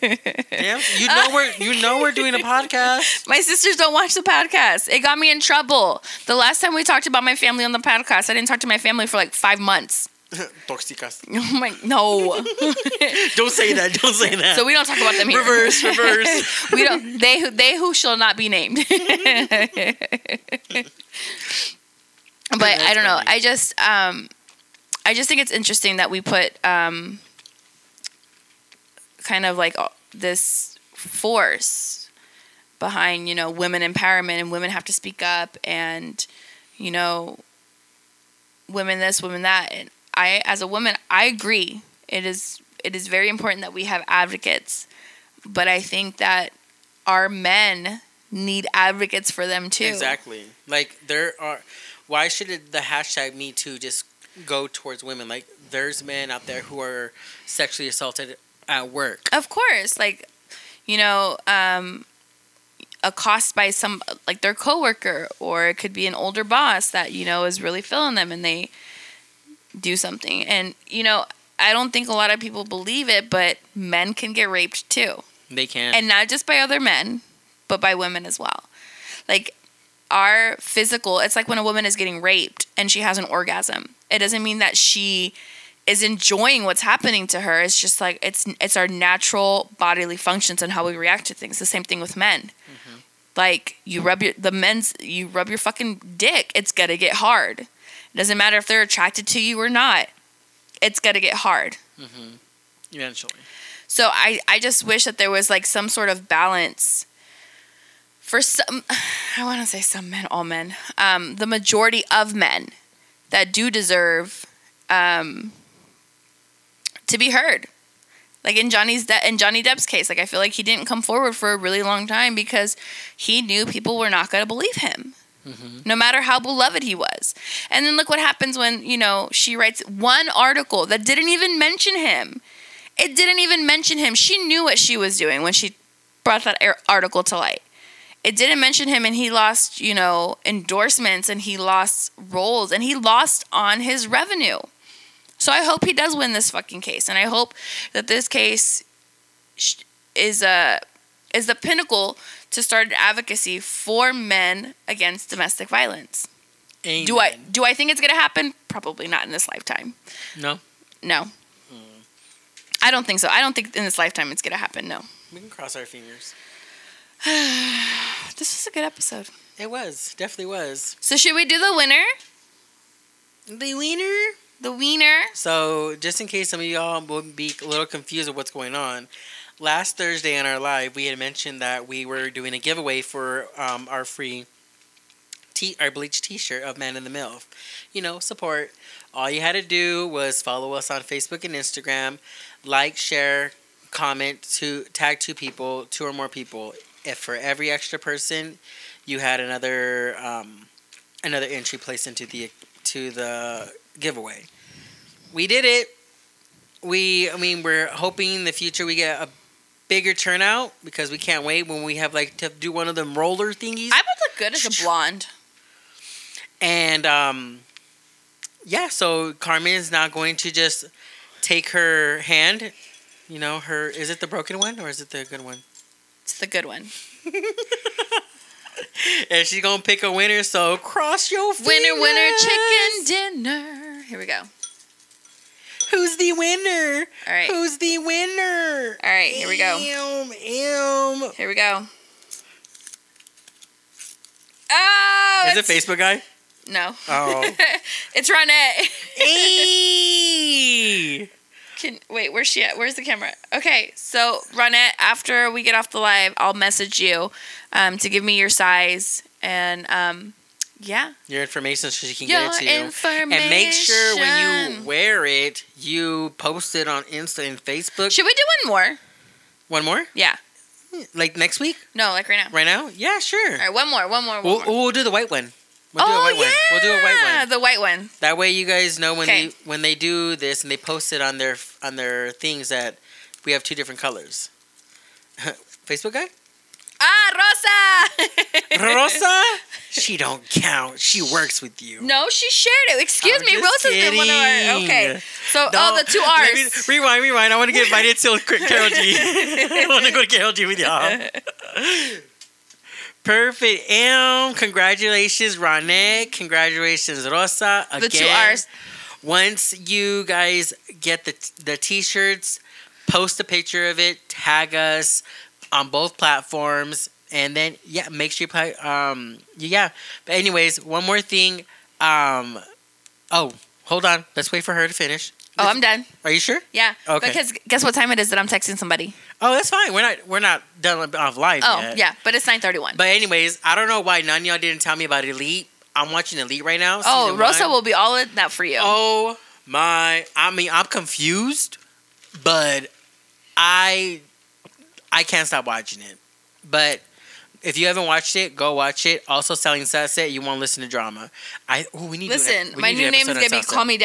S1: Damn, you know we're you know we're doing a podcast.
S2: my sisters don't watch the podcast. It got me in trouble. The last time we talked about my family on the podcast, I didn't talk to my family for like five months.
S1: Toxicas.
S2: Oh my no.
S1: Don't say that. Don't say that.
S2: so we don't talk about them here.
S1: reverse, reverse.
S2: we don't. They who they who shall not be named. but I don't know.
S1: funny.
S2: I just um, I just think it's interesting that we put um, kind of like uh, this force behind you know women empowerment and women have to speak up and you know women this women that and i as a woman i agree it is it is very important that we have advocates but i think that our men need advocates for them too
S1: Exactly. Like there are. Why should it, the hashtag Me Too just go towards women? Like there's men out there who are sexually assaulted at work.
S2: Of course, like you know, um, accosted by some like their coworker, or it could be an older boss that you know is really feeling them, and they do something. And you know, I don't think a lot of people believe it, but men can get raped too,
S1: They can.
S2: and not just by other men, but by women as well. Like our physical, it's like when a woman is getting raped and she has an orgasm. It doesn't mean that she is enjoying what's happening to her. It's just like it's it's our natural bodily functions and how we react to things. The same thing with men. Like you rub your the men's you rub your fucking dick. It's gonna get hard. It doesn't matter if they're attracted to you or not. It's gonna get hard.
S1: Mm-hmm. eventually.
S2: So I I just wish that there was like some sort of balance for some I want to say some men, all men. Um the majority of men that do deserve um to be heard. Like in Johnny's de- in Johnny Depp's case, like I feel like he didn't come forward for a really long time because he knew people were not going to believe him.
S1: Mm-hmm.
S2: Mm-hmm. No matter how beloved he was. And then look what happens when, you know, she writes one article that didn't even mention him it didn't even mention him. She knew what she was doing when she brought that ar- article to light. It didn't mention him, and he lost, you know, endorsements and he lost roles and he lost on his revenue. So I hope he does win this fucking case, and I hope that this case sh- is a is the pinnacle to start an advocacy for men against domestic violence. Do I
S1: Amen.
S2: do I think it's gonna happen? Probably not in this lifetime.
S1: No. Hmm.
S2: No. I don't think so. I don't think in this lifetime it's going to happen. No.
S1: We can cross our fingers.
S2: This was a good episode.
S1: It was definitely was
S2: So, should we do the winner?
S1: the wiener.
S2: The wiener?
S1: So, just in case some of y'all will be a little confused of what's going on, last Thursday in our live, we had mentioned that we were doing a giveaway for um, our free t- our bleach T-shirt of Man in the MILF. You know, support. All you had to do was follow us on Facebook and Instagram, like, share, comment, to tag two people, two or more people. If for every extra person, you had another um, another entry placed into the to the giveaway we did it. We, I mean, we're hoping in the future we get a bigger turnout because we can't wait when we have like to do one of them roller thingies.
S2: I would look good as a blonde.
S1: And um, yeah, so Carmen is now going to just take her hand. You know, her is it the broken one or is it the good one?
S2: It's the good one.
S1: And she's gonna pick a winner. So cross your fingers.
S2: Winner, winner, chicken dinner. Here we go.
S1: Who's the winner?
S2: All right.
S1: Who's the winner?
S2: All right, here we go.
S1: Ew, ew.
S2: Here we go. Oh!
S1: Is it
S2: it's-
S1: Facebook guy?
S2: No.
S1: Oh.
S2: it's Renee.
S1: Hey!
S2: Can wait, where's she at? Where's the camera? Okay, so Ronette, after we get off the live, I'll message you um, to give me your size and um, Yeah.
S1: Your information so she can
S2: Your
S1: get it to you.
S2: information.
S1: And make sure when you wear it, you post it on Insta and Facebook.
S2: Should we do one more?
S1: One more?
S2: Yeah.
S1: Like next week?
S2: No, like right now.
S1: Right now? Yeah, sure.
S2: All right, one more, one more, one
S1: We'll,
S2: more.
S1: we'll do the white one. We'll do a
S2: oh
S1: white
S2: yeah.
S1: one. We'll do a white one.
S2: The white one.
S1: That way you guys know when
S2: Okay.
S1: they when they do this and they post it on their on their things that we have two different colors. Facebook guy?
S2: Ah, Rosa.
S1: Rosa? she don't count. She works with you.
S2: No, she shared it. Excuse
S1: I'm
S2: me,
S1: just
S2: Rosa's been one of our.
S1: kidding.
S2: Okay, so oh,
S1: Don't-
S2: the two
S1: let me-
S2: R's.
S1: rewind, rewind. I want to get invited to quick Carol G. I want to go to Carol G with y'all. Perfect. M. Congratulations, Ronette. Congratulations, Rosa. Again,
S2: The two R's.
S1: Once you guys get the the t-shirts, post a picture of it, tag us on both platforms, and then yeah, make sure you play. Um, yeah. But anyways, one more thing. Um, oh, hold on. Let's wait for her to finish.
S2: Oh, I'm done.
S1: Are you sure?
S2: Yeah.
S1: Okay.
S2: Because guess what time it is that I'm texting somebody?
S1: Oh, that's fine. We're not we're not done off live
S2: Oh,
S1: yet.
S2: yeah, but it's 9:31.
S1: But anyways, I don't know why none of y'all didn't tell me about Elite. I'm watching Elite right now.
S2: oh,
S1: season
S2: Rosa
S1: one.
S2: will be all in that for you.
S1: Oh my! I mean, I'm confused, but I I can't stop watching it. But if you haven't watched it, go watch it. Also, Selling Sunset. You want to listen to drama? I ooh, we need to do an-
S2: Listen,
S1: we
S2: my
S1: need to do
S2: new
S1: an
S2: name's
S1: episode
S2: gonna
S1: on
S2: be
S1: Sunset.
S2: Call Me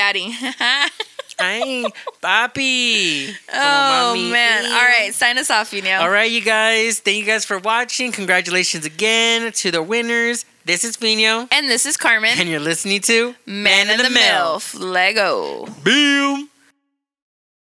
S2: Daddy.
S1: Ay, papi.
S2: oh
S1: mommy.
S2: man!
S1: Ew.
S2: All right, sign us off, you know.
S1: All right, you guys. Thank you guys for watching. Congratulations again to the winners. This is Fino,
S2: And this is Carmen,
S1: and you're listening to
S2: Man, of the, MILF. Lego.
S1: Boom.